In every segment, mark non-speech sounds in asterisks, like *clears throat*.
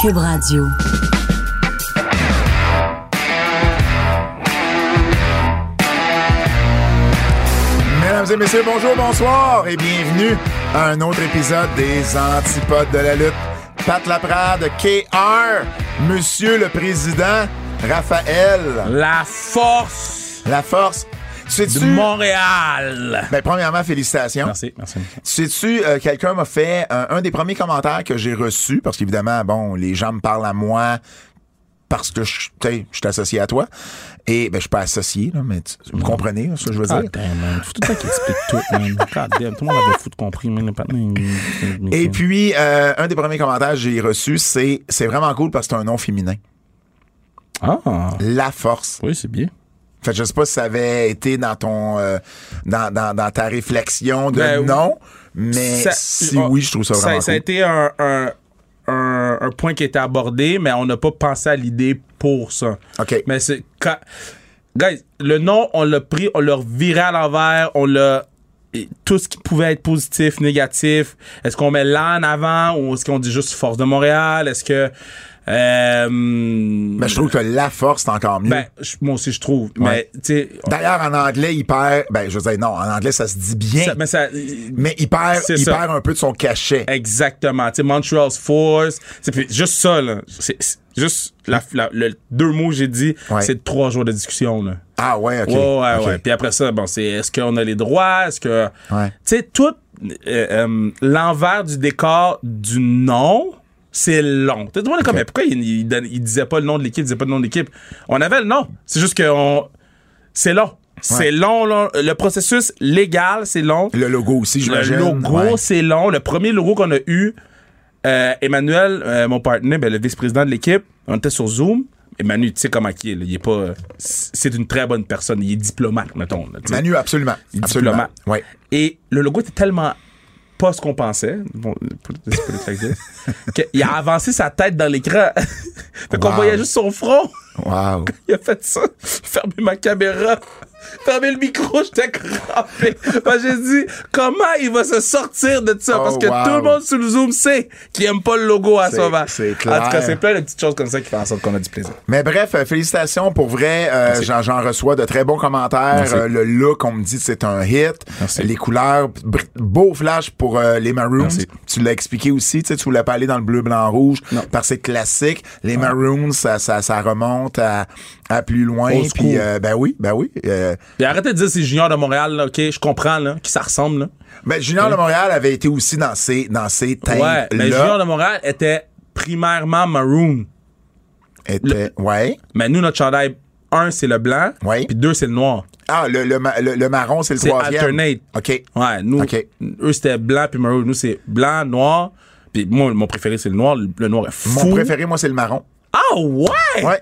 Cube Radio. Mesdames et messieurs, bonjour, bonsoir et bienvenue à un autre épisode des Antipodes de la lutte. Pat Laprade, KR, Monsieur le Président, Raphaël, La force la force. de Sais-tu... Montréal. Ben, premièrement, félicitations. Merci, merci. Sais-tu, euh, quelqu'un m'a fait euh, un des premiers commentaires que j'ai reçu, parce qu'évidemment, bon, les gens me parlent à moi parce que je tu sais, je suis associé à toi. Et ben, je suis pas associé, là, mais tu- vous comprenez là, ce que je veux Ah, dire. damn, man. Faut tout le temps qu'il explique tout, man. *laughs* God damn, tout le monde avait foutu compris, man. Le patin, il- Et puis, euh, un des premiers commentaires que j'ai reçu, c'est c'est vraiment cool parce que c'est un nom féminin. Ah, La force. oui, c'est bien. Fait que je sais pas si ça avait été dans ton euh, dans, dans, dans ta réflexion de Ben, non, mais Ça- si ah, oui, je trouve ça vraiment Ça a cool. été un, un- un- un point qui a été abordé, mais on n'a pas pensé à l'idée pour ça. OK. Mais c'est. Quand... Guys, le nom, on l'a pris, on l'a viré à l'envers, on l'a. et Tout ce qui pouvait être positif, négatif. Est-ce qu'on met là en avant ou est-ce qu'on dit juste Force de Montréal? Est-ce que. euh, Mais Ben, je trouve que la force, c'est encore mieux. ben, je- moi aussi, je trouve. Mais, tu sais. D'ailleurs, en anglais, il perd. Ben, je veux dire, non, en anglais, ça se dit bien. ça- Mais ça. mais il perd, C'est il ça. perd un peu de son cachet. Exactement. Tu sais, Montreal's Force. C'est puis juste ça, là. C'est c'est juste la, la- le deux mots que j'ai dit, Ouais. c'est trois jours de discussion, là. Ah ouais, ok. Ouais, ouais, ok. ouais. Puis après ça, bon, c'est est-ce qu'on a les droits? Est-ce que. Ouais. Tu sais, tout euh, euh, l'envers du décor du nom, c'est long. Tu sais, tout le monde est comme, mais pourquoi il, il donne- il disait pas le nom de l'équipe, il disait pas le nom de l'équipe? On avait le nom. C'est juste que on... c'est long. C'est long, long. Le processus légal, c'est long. Le logo aussi, Le j'imagine. logo, Ouais. c'est long. Le premier logo qu'on a eu, euh, Emmanuel, euh, mon partenaire, ben, le vice-président de l'équipe, on était sur Zoom. Emmanuel, tu sais comment il est, là, il est pas. euh, C'est une très bonne personne. Il est diplomate, mettons. là, tu sais. Manu, absolument. Il est Absolument. diplomate. Ouais. Et le logo était tellement pas ce qu'on pensait. Bon, c'est pas le fait *laughs* que- qu'il a avancé sa tête dans l'écran. *laughs* fait qu'on Wow. voyait juste son front. Wow. Il a fait ça. *laughs* Fermé ma caméra. Fermé le micro, j'étais crampé. Fait que j'ai dit, comment il va se sortir de ça? Oh, Parce que wow. tout le monde sur le Zoom sait qu'il aime pas le logo à C'est- sauvage. c'est En tout cas, clair. c'est plein de petites choses comme ça qui font en sorte qu'on a du plaisir. Mais bref, euh, félicitations pour vrai. Euh, J'en j'en reçois de très bons commentaires. Merci. Euh, le look, on me dit que c'est un hit. Merci. Les couleurs, br- beau flash pour euh, les Maroons. Merci. Tu l'as expliqué aussi, tu sais, tu voulais pas aller dans le bleu, blanc, rouge Non. parce que c'est classique. Les Maroons, ça, ça, ça remonte à, à plus loin. Old school. Puis, euh, ben oui, ben oui. Euh, Puis arrêtez de dire c'est Junior de Montréal, là, OK? Je comprends, là, qui ça ressemble, là. ben, Junior de Montréal avait été aussi dans ces, dans ces Ouais, mais Junior là de Montréal était primairement maroon. Était, ouais. Mais nous, notre chandail, un, c'est le blanc, Ouais. puis deux, c'est le noir. Ah, le, le, ma- le, le marron, c'est le C'est troisième. alternate. OK. Ouais, nous, OK. eux, c'était blanc, puis maroon. Nous, c'est blanc, noir. Puis moi, mon préféré, c'est le noir. Le, le noir est fou. Mon préféré, moi, c'est le marron. Ah ouais! Ouais.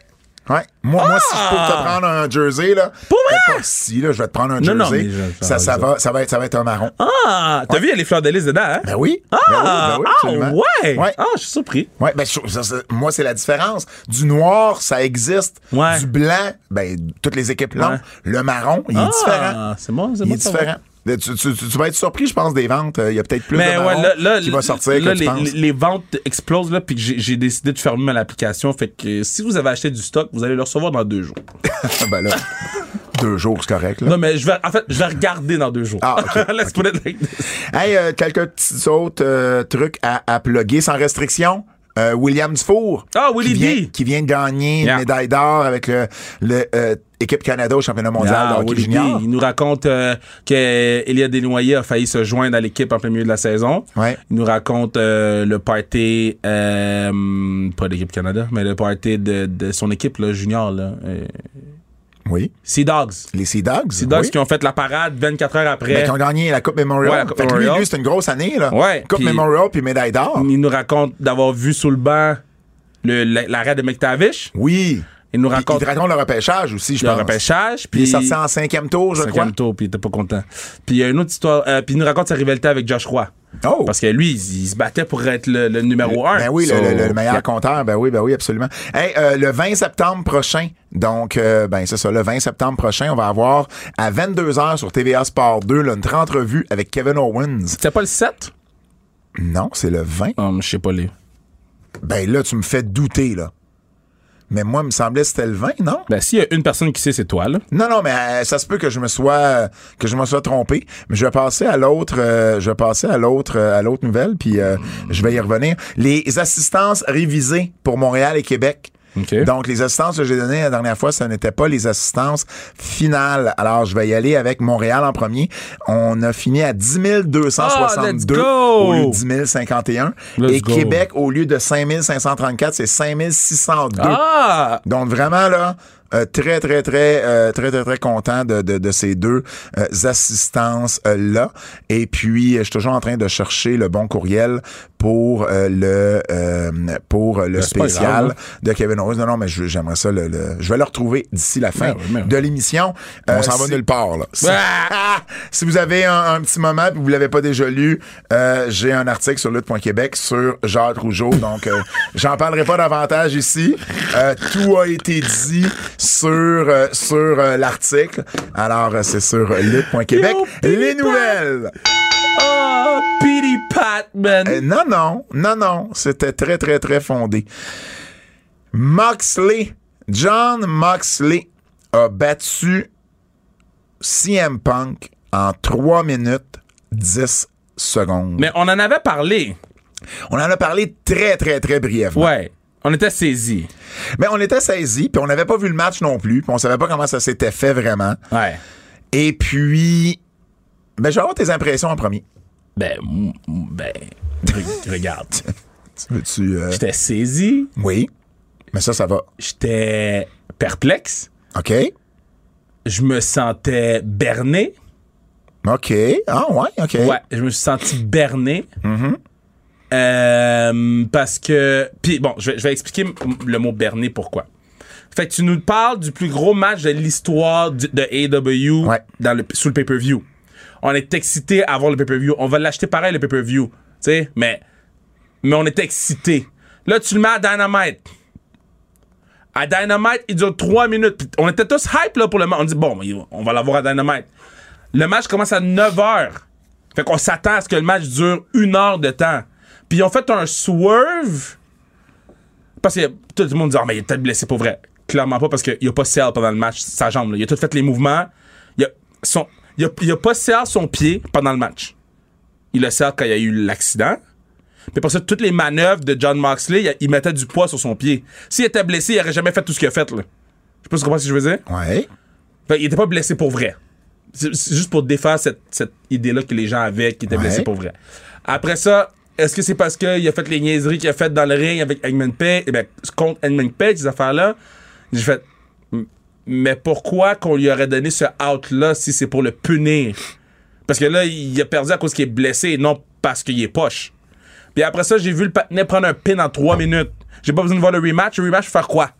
Ouais. Moi, moi, si je peux te prendre un jersey, là. Ah! Pour vrai? ben, pas si, là, je vais te prendre un Non, jersey. non, mais je- je- ça, ça, je- va, ça, va être, ça va être un marron. Ah! T'as vu, il y a les fleurs de lys dedans, hein? Ben oui. Ah! ben oui, ah ben oui, absolument. ouais! Ouais. Ah, je suis surpris. Ouais, ben, je- ça, ça- moi, c'est la différence. Du noir, ça existe. Ouais. Du blanc, ben, toutes les équipes l'ont. Ouais. Le marron, il est Ah, différent. c'est bon, c'est Il bon est de savoir. différent. Tu, tu- tu- tu vas être surpris, je pense, des ventes. Euh, Il y a peut-être plus Mais de ouais, marron là, là, qui va sortir là, que tu les, penses. les- les ventes explosent, là, puis que j'ai j'ai décidé de fermer l'application. Fait que euh, si vous avez acheté du stock, vous allez le recevoir dans deux jours. Ah, *laughs* ben là, deux jours, c'est correct. Là. Non, mais je vais, en fait, je vais regarder dans deux jours. Ah, *laughs* ok, Let's put it like this. Hey, euh, quelques petits autres euh, trucs à, à plugger sans restriction. Euh, William Dufour. Ah, Willie qui vient, D. Qui vient de gagner Yeah. une médaille d'or avec le, le, euh, équipe Canada au championnat mondial Ah, de hockey Willie junior. D, Il nous raconte euh, que Elia Desnoyers a failli se joindre à l'équipe en plein milieu de la saison. Ouais. Il nous raconte euh, le party, euh, pas d'équipe Canada, mais le party de, de son équipe là, junior. Là, euh, Oui. Sea Dogs. Les Sea Dogs. Sea Dogs oui. qui ont fait la parade 24 heures après. Ben, qui ont gagné la Coupe Memorial. Ouais, la Coupe Fait que lui, Memorial. lui, c'est une grosse année, là. Ouais, Coupe puis- Memorial puis médaille d'or. Il nous raconte d'avoir vu sous le banc le- la- l'arrêt de McTavish. Oui. Il nous Puis raconte Il te raconte le repêchage aussi, je le pense. repêchage. Puis il Puis est sorti en cinquième tour, je cinquième tour, puis il était pas content. Puis il y a une autre histoire. euh, puis il nous raconte sa rivalité avec Josh Roy. crois. Oh. Parce que lui, il, il se battait pour être le, le numéro un. Ben oui, le- So- le, le meilleur compteur. Ben oui, ben oui, absolument. Hey, euh, le 20 septembre prochain, donc, euh, ben c'est ça, le 20 septembre prochain, on va avoir à 22h sur TVA Sport 2 là, une entrevue avec Kevin Owens. C'était pas le 7? Non, c'est le 20. Hum, je sais pas les. Ben là, tu me fais douter, là. Mais moi, il me semblait que c'était le 20, non? Ben, s'il y a une personne qui sait, c'est toi, là. Non, non, mais euh, ça se peut que je me sois euh, que je me sois trompé. Mais je vais passer à l'autre, euh, je vais passer à l'autre, euh, à l'autre nouvelle, puis euh, je vais y revenir. Les assistances révisées pour Montréal et Québec. OK. Donc, les assistances que j'ai données la dernière fois, ce n'étaient pas les assistances finales. Alors, je vais y aller avec Montréal en premier. On a fini à 10 262 Oh, au let's go! lieu de 10 051. Let's et go. Québec, au lieu de 5 534, c'est 5 602. Ah! Donc vraiment là, euh, très très très euh, très très très content de, de, de ces deux euh, assistances euh, là. Et puis euh, je suis toujours en train de chercher le bon courriel pour euh, le euh, pour le Ben, c'est pas spécial grave, hein. de Kevin Owens. Non non mais je- j'aimerais ça le, le- je vais le retrouver d'ici la fin Ouais, ouais, mais ouais. de l'émission. Euh, ben s'en va si- nulle part là. Si, *laughs* Ah! Ah! Si vous avez un, un petit moment et vous l'avez pas déjà lu, euh, j'ai un article sur lutte.québec sur Jacques Rougeau. Donc, euh, *laughs* j'en parlerai pas davantage ici. Euh, tout a été dit sur euh, sur euh, l'article. Alors, euh, c'est sur euh, lutte.québec. Yo, Pili Les Pat! nouvelles. Ah! Pity Pat, man! Euh, non, non, non, non. C'était très, très, très fondé. Moxley, John Moxley a battu CM Punk en 3 minutes 10 secondes. Mais on en avait parlé. On en a parlé très, très, très brièvement. Ouais. On était saisis. Mais on était saisis, puis on n'avait pas vu le match non plus, puis on savait pas comment ça s'était fait vraiment. Ouais. Et puis, ben, je vais avoir tes impressions en premier. Ben, mm, mm, ben, *laughs* re- regarde. Tu veux-tu... euh, J'étais saisi, Oui. Mais ça, ça va. j'étais perplexe, OK? je me sentais berné. OK. Ah, ouais, OK. Ouais, je me suis senti berné. Euh, parce que. Puis bon, je vais, je vais expliquer m- le mot berné pourquoi. Fait que tu nous parles du plus gros match de l'histoire du- de AEW Ouais. dans le, sous le pay-per-view. On est excité à voir le pay-per-view. On va l'acheter pareil, le pay-per-view. Tu sais, mais, mais on est excité. Là, tu le mets à Dynamite. À Dynamite, il dure 3 minutes. Puis on était tous hype là, pour le match. On dit, bon, on va l'avoir à Dynamite. Le match commence à 9 h. Fait qu'on s'attend à ce que le match dure une heure de temps. Puis ils ont fait un swerve. Parce que tout le monde dit, Ah, mais il est peut-être blessé pour vrai. Clairement pas, parce qu'il n'y a pas Cell pendant le match, sa jambe. là. Il a tout fait les mouvements. Il a, son, il a, il a pas Cell son pied pendant le match. Il a Cell quand il y a eu l'accident. Mais pour ça, toutes les manœuvres de John Moxley, il, il mettait du poids sur son pied. S'il était blessé, il n'aurait jamais fait tout ce qu'il a fait. Là. Je sais pas si tu comprends ce que je veux dire. Ouais. Fait, Ben, il était pas blessé pour vrai. C'est c'est juste pour défaire cette, cette idée-là que les gens avaient qu'il était Ouais. blessé pour vrai. Après ça, est-ce que c'est parce qu'il a fait les niaiseries qu'il a faites dans le ring avec Eggman Page? Eh ben, contre Eggman Page, ces affaires-là, j'ai fait. M- Mais pourquoi qu'on lui aurait donné ce out-là si c'est pour le punir? Parce que là, il a perdu à cause qu'il est blessé et non parce qu'il est poche. Puis après ça, j'ai vu le patinet prendre un pin en trois minutes. J'ai pas besoin de voir le rematch. Le rematch, faire quoi?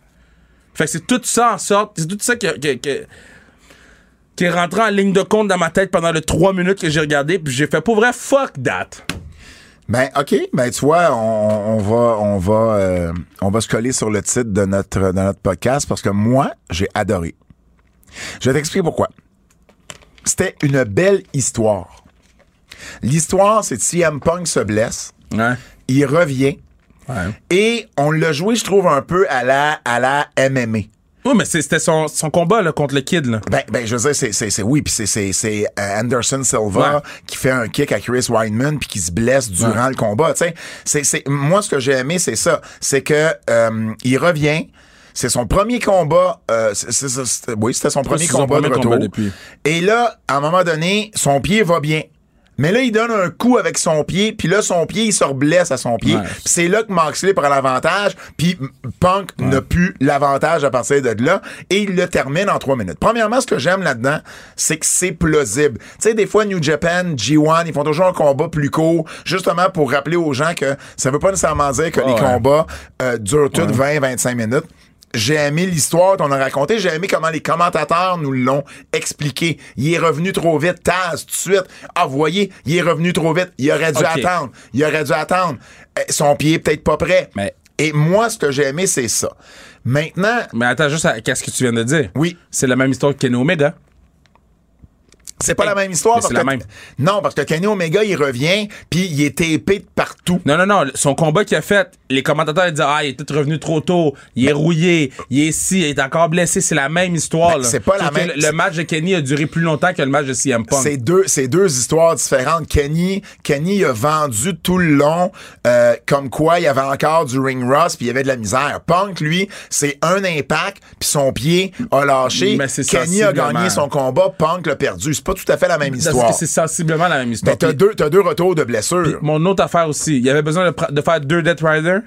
Fait que c'est tout ça en sorte, c'est tout ça qui, qui- qui- qui est rentré en ligne de compte dans ma tête pendant les trois minutes que j'ai regardé, puis j'ai fait pour vrai fuck that. Ben ok, ben tu vois, on, on va on va euh, on va se coller sur le titre de notre de notre podcast parce que moi j'ai adoré. Je vais t'expliquer pourquoi. C'était une belle histoire. L'histoire, c'est que CM Punk se blesse, Ouais. il revient Ouais. et on l'a joué, je trouve, un peu à la à la MMA. Oui, mais c'est- c'était son, son combat là, contre le kid. Là. Ben, ben, je veux dire, c'est, c'est, c'est oui, puis c'est, c'est, c'est euh, Anderson Silva Ouais. qui fait un kick à Chris Weidman puis qui se blesse durant le combat. Tu sais, c'est, c'est, moi ce que j'ai aimé, c'est ça, c'est que euh, il revient. C'est son premier combat. euh, c'est- c'est- c'est- c'est- oui, c'était son premier c'est son combat de premier retour. combat depuis. Et là, à un moment donné, son pied va bien. Mais là, il donne un coup avec son pied, puis là, son pied, il se blesse à son pied. Ouais. Puis c'est là que Moxley prend l'avantage, puis M- Punk n'a plus l'avantage à partir de là, et il le termine en trois minutes. Premièrement, ce que j'aime là-dedans, c'est que c'est plausible. Tu sais, des fois, New Japan, G1, ils font toujours un combat plus court, justement pour rappeler aux gens que ça veut pas nécessairement dire que les Ah ouais. combats euh, durent tous 20-25 minutes. J'ai aimé l'histoire qu'on a racontée. J'ai aimé comment les commentateurs nous l'ont expliqué. Il est revenu trop vite. Taz, tout de suite. Ah, vous voyez, il est revenu trop vite. Il aurait dû Ok. attendre. Il aurait dû attendre. Euh, Son pied est peut-être pas prêt. Mais- Et moi, ce que j'ai aimé, c'est ça. Maintenant, Mais attends, juste à, qu'est-ce que tu viens de dire? Oui. C'est la même histoire que Kenny Omega. c'est pas la même histoire. Mais parce c'est la que- même. Non, parce que Kenny Omega, il revient, puis il est épais de partout. Non, non, non. Son combat qu'il a fait, les commentateurs ils disent Ah, il est peut-être revenu trop tôt, il est rouillé, il est ici, il est encore blessé. C'est la même histoire. Ben, là. c'est pas la Sauf que même- Le, le match de Kenny a duré plus longtemps que le match de CM Punk. C'est deux, c'est deux histoires différentes. Kenny, Kenny a vendu tout le long euh, comme quoi il y avait encore du ring rust puis il y avait de la misère. Punk, lui, c'est un impact puis son pied a lâché. Mais c'est Kenny a sensiblement- gagné son combat, Punk l'a perdu. C'est pas tout à fait la même Parce histoire. que c'est sensiblement la même Mais histoire. t'as Puis deux, t'as deux retours de blessure. Mon autre affaire aussi, il y avait besoin de, pr- de faire deux Death Rider.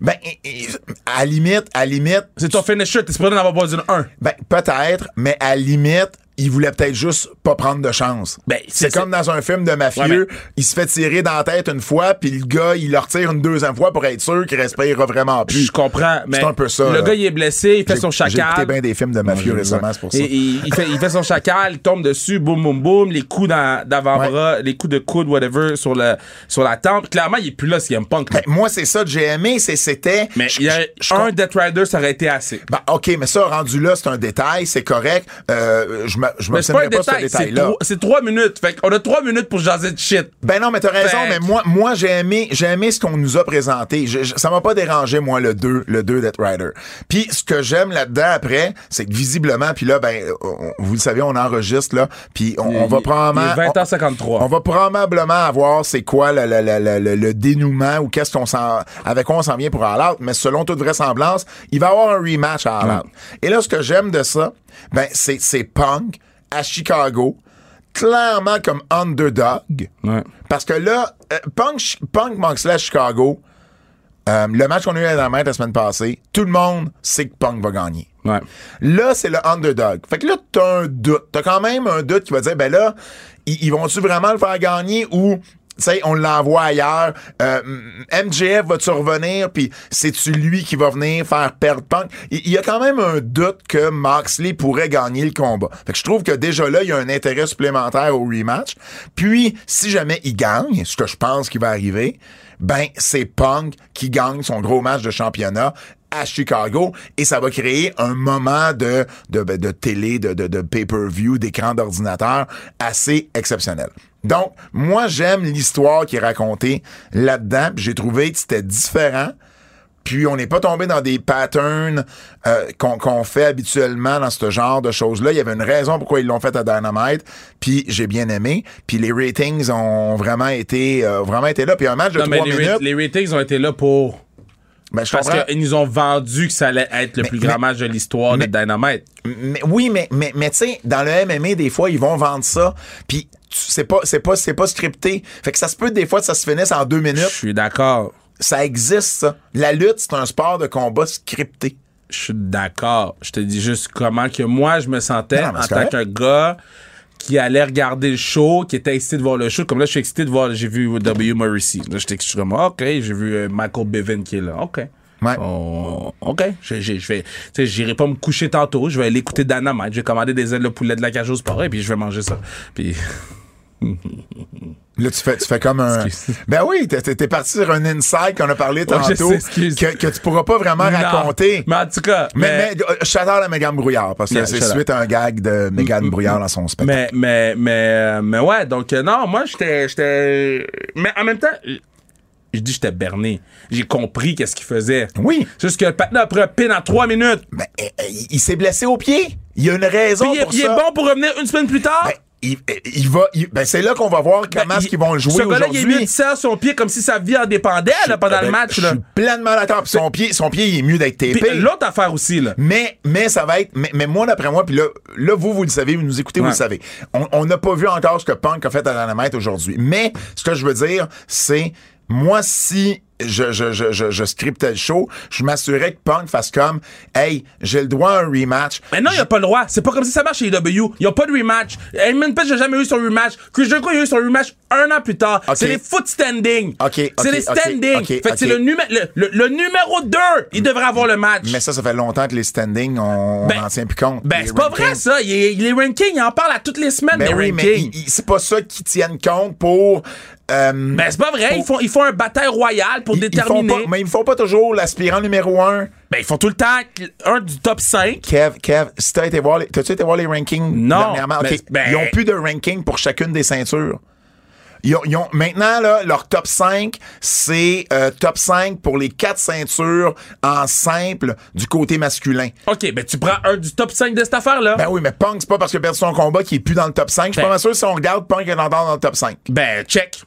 Ben, et- et- à limite, à limite, C'est ton finisher, t'es supposé d'en avoir besoin d'un. ben, peut-être, mais à limite, il voulait peut-être juste pas prendre de chance. Ben, c'est- c'est comme dans un film de mafieux, Ouais, mais- il se fait tirer dans la tête une fois, puis le gars, il leur tire une deuxième fois pour être sûr qu'il respire vraiment plus. Je comprends, mais un peu ça, le là. gars il est blessé, il fait J'ai- son J'ai écouté chacal. bien des films de mafieux Ouais. récemment, c'est pour ça. Et- et- il, fait, il fait son chacal, il tombe dessus, boum, boum, boum, les coups dans- d'avant-bras, les coups de coude, whatever, sur, le, sur la tempe. Clairement, il est plus là, CM Punk. Ben, moi, c'est ça que j'ai aimé, c'est- c'était... mais je- il y a, je- un Death Rider, ça aurait été assez. Ben, OK, mais ça, rendu là, c'est un détail, c'est correct. Euh, je me je Mais c'est pas un m'obstinerai pas sur ce détail, c'est détail-là. trois- c'est trois minutes. Fait qu'on a trois minutes pour jaser de shit. Ben non, mais t'as raison, Fait mais que- moi, moi j'ai aimé, j'ai aimé ce qu'on nous a présenté. Je- je- ça m'a pas dérangé, moi, le 2, le 2 Death Rider. Puis ce que j'aime là-dedans après, c'est que visiblement, puis là, ben, on- vous le savez, on enregistre, là, puis on, on va Il- probablement... il est 20h53. On, on va probablement avoir c'est quoi le, le- le- le- le- le dénouement ou qu'est-ce qu'on s'en... avec quoi on s'en vient pour All Out, mais selon toute vraisemblance, il va y avoir un rematch à All Mm. Out. Et là, ce que j'aime de ça, ben, c'est, c'est Punk à Chicago, clairement comme underdog, Ouais. parce que là, euh, Punk, Ch- Punk Moxley à Chicago, euh, le match qu'on a eu à la main la semaine passée, tout le monde sait que Punk va gagner. Ouais. Là, c'est le underdog. Fait que là, t'as un doute. T'as quand même un doute qui va dire, ben là, ils, ils vont-tu vraiment le faire gagner ou, tu sais, on l'envoie ailleurs. Euh, m- MJF va-tu revenir, puis c'est-tu lui qui va venir faire perdre Punk? Il il y a quand même un doute que Moxley pourrait gagner le combat. Fait que je trouve que déjà là, il y a un intérêt supplémentaire au rematch. Puis, si jamais il gagne, ce que je pense qui va arriver, ben, c'est Punk qui gagne son gros match de championnat à Chicago et ça va créer un moment de, de, ben, de télé, de, de, de pay-per-view, d'écran d'ordinateur assez exceptionnel. Donc, moi, j'aime l'histoire qui est racontée là-dedans. puis J'ai trouvé que c'était différent. Puis on n'est pas tombé dans des patterns euh, qu'on qu'on fait habituellement dans ce genre de choses-là. Il y avait une raison pourquoi ils l'ont fait à Dynamite. Puis j'ai bien aimé. Puis les ratings ont vraiment été euh, vraiment été là. Puis un match de Non, mais trois les, minutes, ra- les ratings ont été là pour. ben, je Parce comprends. qu'ils nous ont vendu que ça allait être le plus grand match de l'histoire de Dynamite. Mais, oui, mais, mais, mais tu sais, dans le MMA, des fois, ils vont vendre ça, puis tu- c'est pas, c'est pas, c'est pas scripté. Fait que ça se peut des fois que ça se finisse en deux Je minutes. suis d'accord. Ça existe, ça. La lutte, c'est un sport de combat scripté. Je suis d'accord. Je te dis juste comment que moi, je me sentais Non, non, mais en c'est tant correct. qu'un gars qui allait regarder le show, qui était excité de voir le show. Comme là, je suis excité de voir, j'ai vu W. Morrissey. Là, j'étais je suis comme, OK, j'ai vu euh, Michael Bevin qui est là. OK. Ouais. On- OK. Je, je, je vais, tu sais, j'irai pas me coucher tantôt. Je vais aller écouter Dynamite. Je vais commander des ailes de poulet de la cage aux sport et puis je vais manger ça. Puis, Là, tu fais, tu fais comme un. Excuse. Ben oui, t'es, t'es- t'es parti sur un insight qu'on a parlé je tantôt, sais, excuse. que, que tu pourras pas vraiment raconter. Non. Mais en tout cas, Mais, mais, euh, j'adore la Mégane Brouillard, parce que Yeah, c'est shout out. suite à un gag de Mégane Brouillard dans son spectacle. Mm, Mais, mais, mais, mais ouais, donc euh, non, moi, j'étais, j'étais... Mais en même temps, euh, je dis j'étais berné. J'ai compris qu'est-ce qu'il faisait. Oui. Juste que le patin a pris un pin en trois minutes. Mais, euh, euh, il, il s'est blessé au pied. Il y a une raison Puis il, est- pour il est ça. bon pour revenir une semaine plus tard. Ben, il, il va. il- ben, c'est là qu'on va voir comment est-ce qu'ils vont le jouer Ce gars-là, il est aujourd'hui. 800 à son pied comme si sa vie en dépendait là, pendant Ben, le match. Je là. Ben, suis pleinement d'accord. Puis Son pied, son pied, il est mieux d'être Puis tapé. l'autre affaire aussi, là. Mais, mais ça va être. Mais, mais moi, d'après moi, puis là, là, vous, vous le savez, vous nous écoutez, vous Ouais. le savez. On on n'a pas vu encore ce que Punk a fait à Dynamite aujourd'hui. Mais ce que je veux dire, c'est moi, si je, je, je, je, je scriptais le show, je m'assurais que Punk fasse comme Hey, j'ai le droit à un rematch. Mais non, il a pas le droit. C'est pas comme si ça marche chez AEW. Il a pas de rematch. Heyman Page n'a jamais eu son rematch. Chris Jericho a eu son rematch un an plus tard. Ok. C'est les foot standing. Ok, ok, c'est les ok, standing. ok, Fait que c'est ok. le, numé- le, le- le numéro 2. Il devrait avoir le match. Mais ça, ça fait longtemps que les standings, on Ben, n'en tient plus compte. Ben, Les c'est pas rankings. vrai, ça. Il est- les rankings, il en parle à toutes les semaines, Ben les oui, mais rankings. il- il- c'est pas ça qu'ils tiennent compte pour. euh, Ben, c'est pas vrai. Ils font, ils font un bataille royale pour ils- ils font déterminer. pas- mais ils font pas toujours l'aspirant numéro un. Ben, ils font tout le temps un du top 5. Kev, Kev, si t'as été voir les, t'as-tu été voir les rankings Non, dernièrement? mais- Ok. ben- Ils ont plus de ranking pour chacune des ceintures. Ils ont, ils ont- maintenant, là, leur top 5, c'est euh, top 5 pour les quatre ceintures en simple du côté masculin. OK, ben, tu prends un du top 5 de cette affaire-là. Ben oui, mais Punk, c'est pas parce qu'il a perdu son combat qu'il est plus dans le top 5. Je suis Ben- pas mal sûr si on regarde Punk est encore dans le top 5. Ben, check.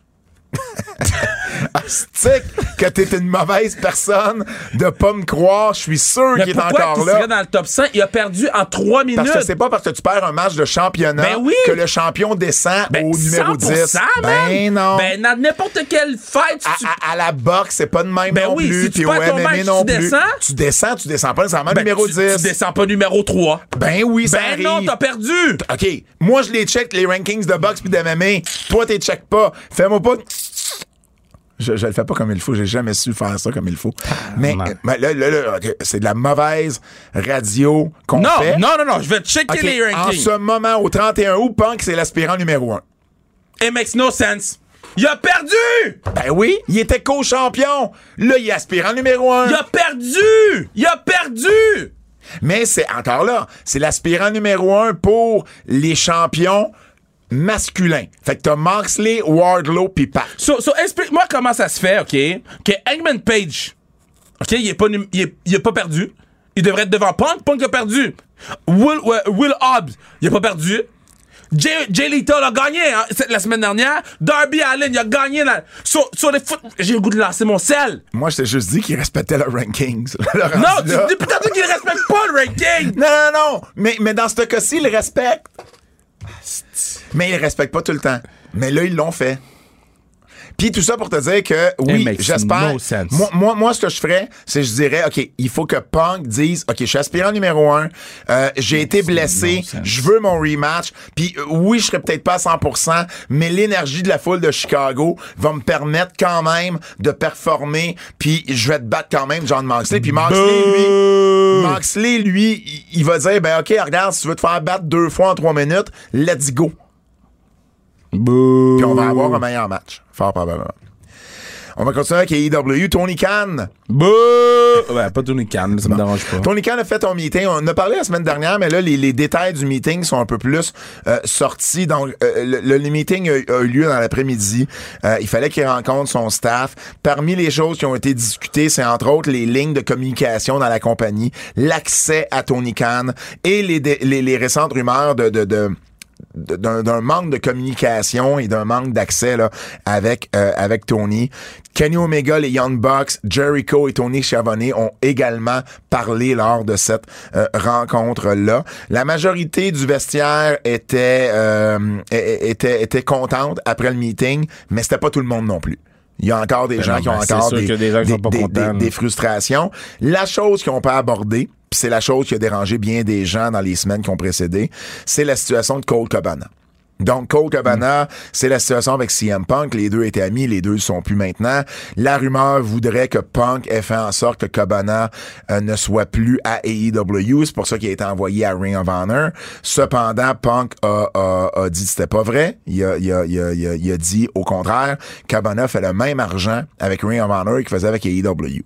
sais que t'es une mauvaise personne de pas me croire. Je suis sûr Mais qu'il est pourquoi encore il serait là. dans le top 100? Il a perdu en 3 minutes. Parce que c'est pas parce que tu perds un match de championnat Ben oui. que le champion descend Ben, au numéro 10. 100%, Ben man. non. Ah, Ben, dans n'importe quelle fête, à, tu... à- à la boxe, c'est pas de même Ben non oui, plus. si tu puis perds au ton MMA match, tu non plus. descends? Tu descends, tu descends pas nécessairement ben, numéro tu, 10. tu descends pas numéro 3. Ben oui, ça Ben arrive. non, t'as perdu. OK, moi je les check, les rankings de boxe puis d'MMA. Toi, t'es check pas. Fais-moi pas. de- Je, je le fais pas comme il faut. J'ai jamais su faire ça comme il faut. Ah, Mais euh, ben là, là, là, ok, c'est de la mauvaise radio qu'on Non, fait. non, non, non, je vais checker Ok, les En rankings. ce moment, au 31 août, Punk, c'est l'aspirant numéro 1. It makes no sense. Il a perdu! Ben oui, il était co-champion. Là, il est aspirant numéro 1. Il a perdu! Il a perdu! Mais c'est encore là, c'est l'aspirant numéro un pour les champions masculins. Fait que t'as Moxley, Wardlow, puis Pac. So, so, explique-moi comment ça se fait, OK? Que Hangman Page, OK, il est pas, num- il est, il est pas perdu. Il devrait être devant Punk. Punk a perdu. Will, ouais, Will Hobbs, il a pas perdu. Jay, Jay Lethal a gagné hein, cette- la semaine dernière. Darby Allin, il a gagné. La... Sur, sur les foot... J'ai le goût de lancer mon sel. Moi, je t'ai juste dit qu'ils respectaient leurs rankings. Le rendu Non, tu Ah, là. dis peut-être qu'il respecte pas le *laughs* ranking. non, non, non. Mais, mais dans ce cas-ci, ils le respectent. Mais ils le respectent pas tout le temps. Mais là, ils l'ont fait. Puis tout ça pour te dire que, oui, makes j'espère. Eh, no sense. moi, moi, moi, ce que je ferais, c'est je dirais, OK, il faut que Punk dise, OK, je suis aspirant numéro un, euh, j'ai été blessé, no sense. je veux mon rematch. Puis euh, oui, je serais peut-être pas à 100%, mais l'énergie de la foule de Chicago va me permettre quand même de performer. Puis je vais te battre quand même, John Moxley. Puis Moxley, Ah, lui, Moxley, lui, il- il va dire, ben OK, regarde, si tu veux te faire battre deux fois en trois minutes, let's go. Puis on va avoir un meilleur match, fort probablement. On va continuer avec AEW. Tony Khan. Bouh! Ouais, pas Tony Khan, ça me dérange pas. Tony Khan a fait ton meeting. On en a parlé la semaine dernière, mais là, les, les détails du meeting sont un peu plus euh, sortis. Donc, euh, le, le- le meeting a, a eu lieu dans l'après-midi. Euh, il fallait qu'il rencontre son staff. Parmi les choses qui ont été discutées, c'est entre autres les lignes de communication dans la compagnie, l'accès à Tony Khan et les, dé- les, les récentes rumeurs de- de- de d- d'un d'un manque de communication et d'un manque d'accès là, avec euh, avec Tony. Kenny Omega, les Young Bucks, Jericho et Tony Chavonnet ont également parlé lors de cette euh, rencontre-là. La majorité du vestiaire était, euh, é- é- était était contente après le meeting, mais c'était pas tout le monde non plus. Il y a encore des gens non, qui ont ben, c'est encore sûr des, qu'il y a des gens qui sont pas des- contents, des- là. des frustrations. La chose qu'on peut aborder, puis c'est la chose qui a dérangé bien des gens dans les semaines qui ont précédé, c'est la situation de Cole Cabana. Donc, Cole Mm. Cabana, c'est la situation avec CM Punk. Les deux étaient amis, les deux ne sont plus maintenant. La rumeur voudrait que Punk ait fait en sorte que Cabana euh, ne soit plus à AEW. C'est pour ça qu'il a été envoyé à Ring of Honor. Cependant, Punk a, a- a dit que c'était pas vrai. Il a, il a- il a- il a- il a dit au contraire, Cabana fait le même argent avec Ring of Honor qu'il faisait avec AEW.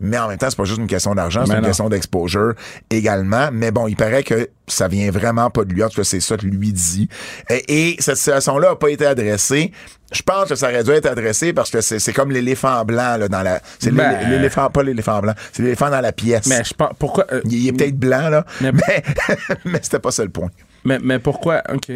Mais en même temps, c'est pas juste une question d'argent, c'est Mais une non. question d'exposure également. Mais bon, il paraît que ça vient vraiment pas de lui. En tout cas, c'est ça que lui dit. Et, et cette situation-là n'a pas été adressée. Je pense que ça aurait dû être adressé parce que c'est c'est comme l'éléphant blanc là, dans la. C'est l'élé- Ben. l'éléphant, pas l'éléphant blanc, c'est l'éléphant dans la pièce. Mais je pense... Pourquoi... euh, il, il est peut-être blanc, là, mais, *laughs* Mais- mais c'était pas ça le point. mais, mais pourquoi... OK.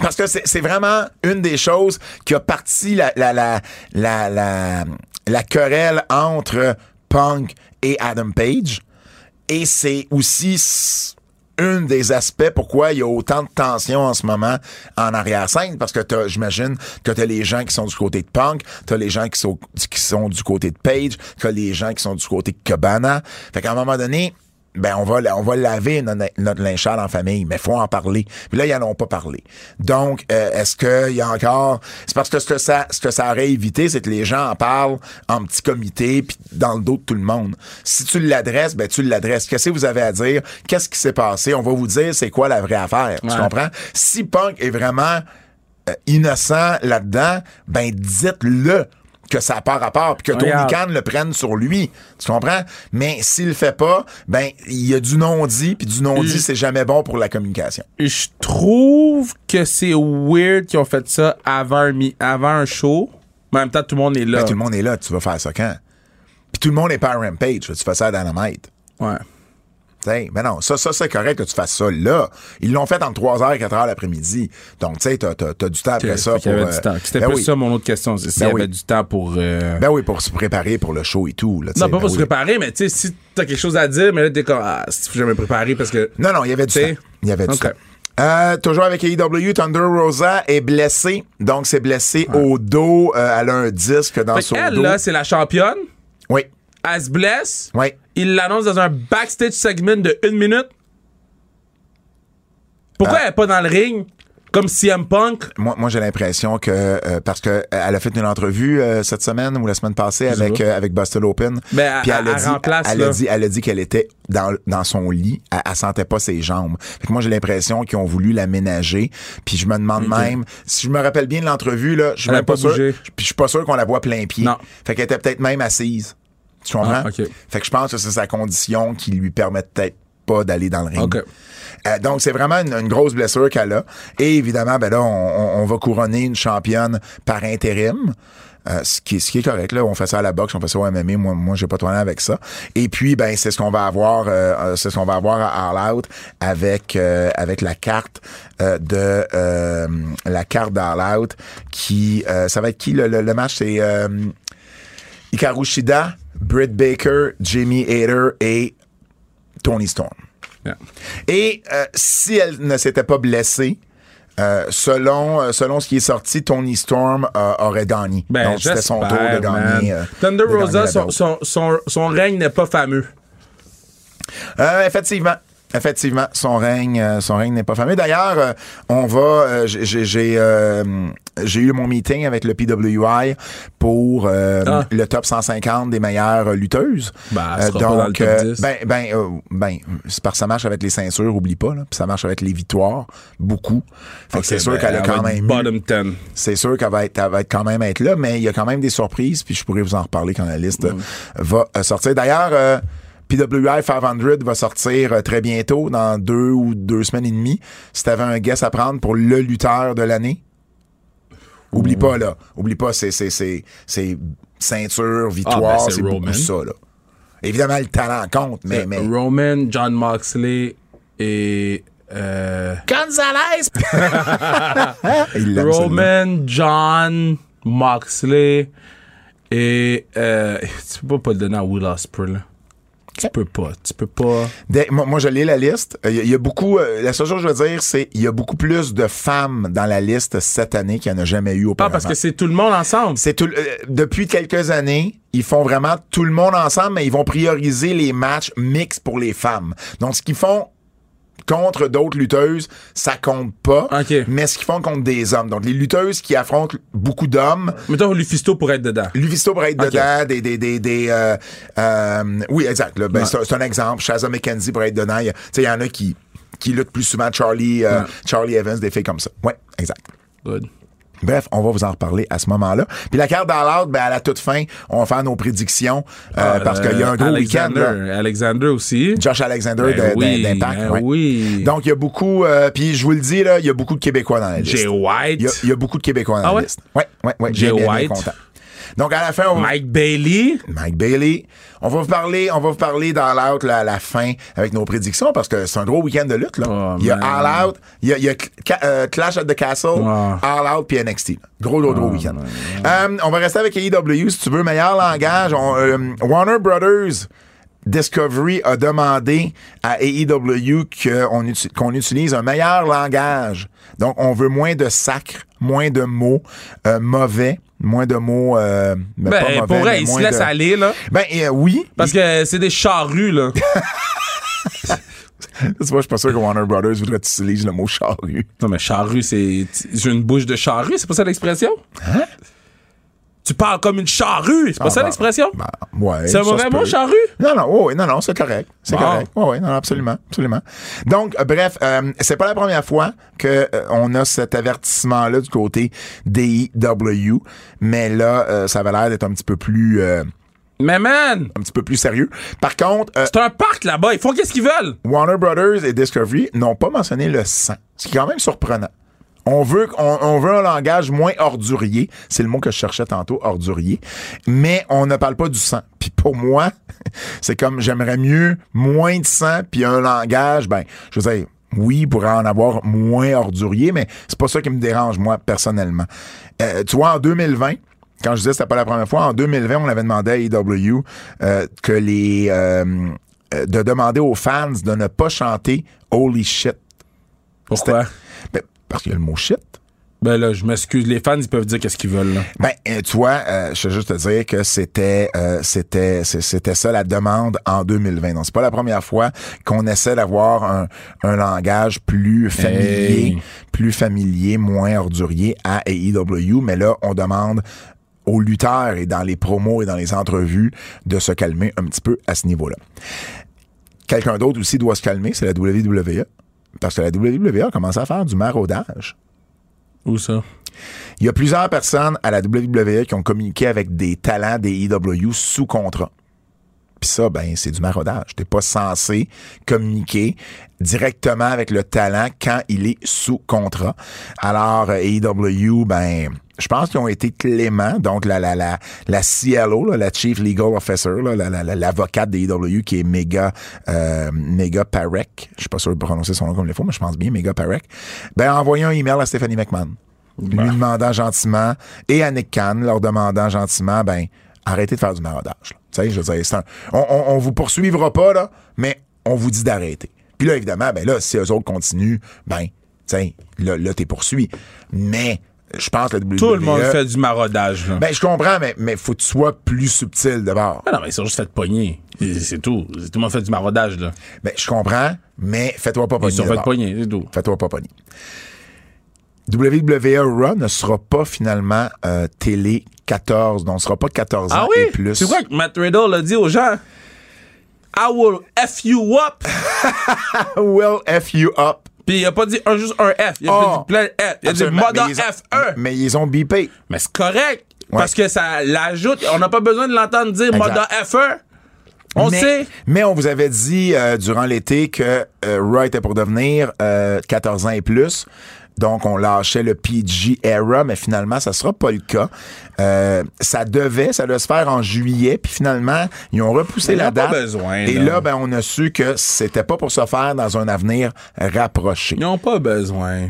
Parce que c'est c'est vraiment une des choses qui a parti la, la, la, la, la, la querelle entre Punk et Adam Page. Et c'est aussi s- une des aspects pourquoi il y a autant de tension en ce moment en arrière-scène. Parce que t'as- j'imagine que t'as les gens qui sont du côté de Punk, t'as les gens qui sont, qui sont du côté de Page, t'as les gens qui sont du côté de Cabana. Fait qu'à un moment donné, ben on va on va laver notre, notre linge sale en famille, mais faut en parler. Puis là ils en ont pas parlé. Donc euh, est-ce que il y a encore c'est parce que ce que ça ce que ça aurait évité c'est que les gens en parlent en petit comité puis dans le dos de tout le monde. Si tu l'adresses, ben tu l'adresses. Qu'est-ce que vous avez à dire Qu'est-ce qui s'est passé On va vous dire c'est quoi la vraie affaire. Tu Ouais. comprends Si Punk est vraiment euh, innocent là-dedans, ben dites-le que ça n'a pas rapport, puis que Tony Regarde. Khan le prenne sur lui. Tu comprends? Mais s'il le fait pas, ben il y a du non-dit, puis du non-dit, Il- c'est jamais bon pour la communication. je trouve que c'est weird qu'ils ont fait ça avant un, mi- avant un show. Mais en même temps, tout le monde est là. Ben, tout le monde est là, tu vas faire ça quand? Puis tout le monde est pas à Rampage, tu fais ça à Dynamite. Ouais. T'sais, ben non, ça, ça c'est correct que tu fasses ça là. Ils l'ont fait en 3h, 4h l'après-midi. Donc, tu sais, t'as, t'as- t'as du temps après ça Fait pour... qu'il y avait euh, du temps. C'était ben plus oui. ça mon autre question. C'est s'il y Ben avait oui. du temps pour. euh, Ben oui, pour se préparer pour le show et tout. là, t'sais, non, pas ben pour se oui. préparer, mais tu sais, si t'as quelque chose à dire, mais là, t'es comme. Ah, si tu jamais préparer parce que. Non, non, il y avait du T'sais? temps. Il y avait du Ok. temps. Euh, toujours avec AEW, Thunder Rosa est blessée. Donc, c'est blessé au dos. Euh, elle a un disque dans Fait son elle, dos. là, c'est la championne. Oui, Elle se blesse. oui. Il l'annonce dans un backstage segment de une minute. Pourquoi Ah. elle est pas dans le ring? Comme CM Punk. Moi, moi j'ai l'impression que... euh, parce que euh, elle a fait une entrevue euh, cette semaine ou la semaine passée avec, pas. euh, avec Bustle Open. Ben, Puis elle- elle a elle dit, remplace, elle a là. dit, elle a dit qu'elle était dans, dans son lit. Elle, elle sentait pas ses jambes. Fait que moi, j'ai l'impression qu'ils ont voulu la ménager. Puis je me demande même... Si je me rappelle bien de l'entrevue, là, je suis Elle a même pas pas sûr... bougé. Puis je suis pas sûr qu'on la voit plein pied. Non. Fait qu'elle était peut-être même assise. Tu comprends? Ah, ok. Fait que je pense que c'est sa condition qui lui permet peut-être pas d'aller dans le ring. Ok. Euh, donc, c'est vraiment une, une grosse blessure qu'elle a. Et évidemment, ben là, on, on- on va couronner une championne par intérim. euh, ce, qui, ce qui est correct, là. On fait ça à la boxe, on fait ça au MMA. Moi, moi j'ai pas de problème avec ça. Et puis, ben, c'est ce qu'on va avoir, euh, euh, c'est ce qu'on va avoir à All Out avec, euh, avec la carte euh, de, euh, la carte d'All Out qui, euh, ça va être qui le, le- le match? C'est, euh, Hikaru Shida, Britt Baker, Jimmy Hader et Tony Storm. Yeah. Et euh, si elle ne s'était pas blessée, euh, selon, euh, selon ce qui est sorti, Tony Storm euh, aurait gagné. Ben, Donc, c'était son tour de j'espère, gagner. man. euh, Thunder de gagner Rosa, la son, belt. son, son, son règne n'est pas fameux. Euh, effectivement. Effectivement, son règne, euh, son règne n'est pas fameux. D'ailleurs, euh, on va, euh, j'ai- j'ai, j'ai, euh, j'ai eu mon meeting avec le PWI pour euh, Ah. le top 150 des meilleures euh, lutteuses. Ben, elle sera pas dans le top euh, 10. ben, ben, euh, ben, c'est parce que ça marche avec les ceintures, oublie pas, là, puis ça marche avec les victoires, beaucoup. Fait que c'est Ok, sûr ben, qu'elle a elle quand va être même, eu- Bottom 10. c'est sûr qu'elle va être, elle va être quand même être là, mais il y a quand même des surprises, puis je pourrais vous en reparler quand la liste Mm. euh, va euh, sortir. D'ailleurs, euh, PWI 500 va sortir euh, très bientôt, dans deux ou deux semaines et demie. Si t'avais un guess à prendre pour le lutteur de l'année, oublie pas, là. Oublie pas, c'est, c'est, c'est, c'est ceinture, victoire, Ah, ben, c'est c'est, Roman. beaucoup ça, là. Évidemment, le talent compte, mais... Euh, mais... Roman, John Moxley et. euh, Gonzalez! Il l'aime, celui-là. Roman, John Moxley et. euh, *laughs* tu peux pas, pas le donner à Will Ospreay, là. Tu peux pas. Tu peux pas. Des- moi, moi, je lis la liste. Il y, a- il y a beaucoup. euh, la seule chose que je veux dire, c'est il y a beaucoup plus de femmes dans la liste cette année qu'il n'y en a jamais eu Pas auparavant. Ah, parce que c'est tout le monde ensemble. c'est tout, le- euh, depuis quelques années, ils font vraiment tout le monde ensemble, mais ils vont prioriser les matchs mixtes pour les femmes. Donc, ce qu'ils font contre d'autres lutteuses, ça compte pas. Ok. Mais ce qu'ils font contre des hommes. Donc, les lutteuses qui affrontent beaucoup d'hommes, Mettons Lufisto pour être dedans. Luvisto pourrait être Ok. dedans, des, des, des, des euh, euh, oui, exact. là. Ben, Ouais. c'est, un- c'est un exemple. Shaza McKenzie pourrait être dedans. Il y a- tu sais, il y en a qui, qui luttent plus souvent. Charlie, euh, Ouais. Charlie Evans, des filles comme ça. Ouais, exact. Good. Bref, on va vous en reparler à ce moment-là. Puis la carte dans l'ordre, ben, à la toute fin, on va faire nos prédictions euh, parce qu'il y a un gros week-end. Ah, Alexander, là. Alexander aussi. Josh Alexander Ben de- oui, d'I- d'Impact. ben ouais. oui. Donc, il y a beaucoup, euh, puis je vous le dis, là, il y a beaucoup de Québécois dans la liste. Jay White. Il y a, il y a beaucoup de Québécois dans Ah la ouais? liste. Ouais, ouais, ouais. Jay bien, bien, bien White. content. Donc, à la fin, on va- Mike Bailey. Mike Bailey. On va vous parler, on va vous parler dans All Out là, à la fin avec nos prédictions parce que c'est un gros week-end de lutte. Là. Oh, il y a man. All Out, il y a, il y a Cl- Ca- euh, Clash at the Castle, Oh. All Out puis NXT. Gros, gros, gros week-end. Euh, on va rester avec AEW si tu veux. Meilleur langage. On, euh, Warner Brothers. Discovery a demandé à E AEW qu'on uti- qu'on utilise un meilleur langage. Donc, on veut moins de sacres, moins de mots euh, mauvais, moins de mots. euh, mais Ben, pas mauvais, pour vrai, mais ils se moins laissent de- aller, là. ben euh, oui. Parce que c'est des charrues, là. Ben, *laughs* Tu vois, je suis pas sûr que Warner Brothers voudrait utiliser le mot charrue. *laughs* non, mais charrue, c'est. J'ai une bouche de charrue, c'est pas ça l'expression? Hein? Tu parles comme une charrue, c'est pas Ah, ça ben, l'expression? ben, ouais, C'est un ça mauvais se mot, peut. charrue? Non, non, oh, oui, non, non, c'est correct. C'est Bon. correct. Oui, oui, non, absolument, absolument. Donc, euh, bref, euh, c'est pas la première fois que euh, on a cet avertissement-là du côté DIW, mais là, euh, ça avait l'air d'être un petit peu plus, euh, Mais man, un petit peu plus sérieux. Par contre, euh, c'est un parc là-bas, ils font qu'est-ce qu'ils veulent. Warner Brothers et Discovery n'ont pas mentionné le sang, ce qui est quand même surprenant. On veut, on, on veut un langage moins ordurier. C'est le mot que je cherchais tantôt, ordurier. Mais on ne parle pas du sang. Puis pour moi, *laughs* c'est comme j'aimerais mieux moins de sang, puis un langage, ben, je veux dire, oui, il pourrait en avoir moins ordurier, mais c'est pas ça qui me dérange, moi, personnellement. Euh, tu vois, en 2020, quand je disais que c'était pas la première fois, en 2020, on avait demandé à EW que les euh, euh, de demander aux fans de ne pas chanter Holy shit. Pourquoi? Ben, parce qu'il y a le mot shit. Ben là, je m'excuse, les fans, ils peuvent dire qu'est-ce qu'ils veulent, là. Ben, euh, tu vois, euh, je veux juste te dire que c'était euh, c'était c'est- c'était ça la demande en 2020. Donc, c'est pas la première fois qu'on essaie d'avoir un, un langage plus familier, Hey. plus familier, moins ordurier à AEW, mais là, on demande aux lutteurs et dans les promos et dans les entrevues de se calmer un petit peu à ce niveau-là. Quelqu'un d'autre aussi doit se calmer, c'est la WWE. Parce que la WWE a commencé à faire du maraudage. Où ça? Il y a plusieurs personnes à la WWE qui ont communiqué avec des talents des IW sous contrat. Puis ça, ben, c'est du maraudage. T'es pas censé communiquer directement avec le talent quand il est sous contrat. Alors, AEW, ben, je pense qu'ils ont été cléments. Donc, la, la, la, la CLO, là, la Chief Legal Officer, là, la- la- la- l'avocate des AEW qui est méga, euh, méga Parek. Je suis pas sûr de prononcer son nom comme il faut, mais je pense bien méga Parek. Ben, a envoyé un email à Stephanie McMahon. Bah. Lui demandant gentiment, et à Nick Khan leur demandant gentiment, ben, arrêtez de faire du maraudage. là. Tu sais, je veux dire, c'est un- on, on, on vous poursuivra pas, là, mais on vous dit d'arrêter. Puis là, évidemment, ben là, si eux autres continuent, ben, tu sais, là, là t'es poursuivi. Mais, je pense que la Tout le WWE, monde fait du maraudage, là. E, Ben, je comprends, mais, mais faut que tu sois plus subtil d'abord. Ah non, mais ils sont juste fait pogner. C'est c'est tout. Tout le monde fait du maraudage, là. Ben, je comprends, mais fais-toi pas Ils pogner. sont fait d'abord. pogner, c'est tout. Fais-toi pas pogner. WWE Raw ne sera pas finalement euh, télé 14, donc ne sera pas 14 Ah ans et oui? plus. C'est quoi que Matt Riddle a dit aux gens? I will F you up! Will F you up. Puis il a pas dit un, juste un F. Il a Oh. dit plein de F. Il a dit Absolument. Mother Mais ils ont- F1. Mais ils ont bipé. Mais c'est correct. Ouais. Parce que ça l'ajoute. On n'a pas besoin de l'entendre dire Exact. Mother F1. On mais, sait. Mais on vous avait dit euh, durant l'été que euh, Raw était pour devenir euh, 14 ans et plus. Donc, on lâchait le PG era, mais finalement, ça sera pas le cas. Euh, ça devait, ça devait se faire en juillet, puis finalement, ils ont repoussé Ils la n'ont pas date. besoin, et là. là, ben, on a su que c'était pas pour se faire dans un avenir rapproché. Ils n'ont pas besoin.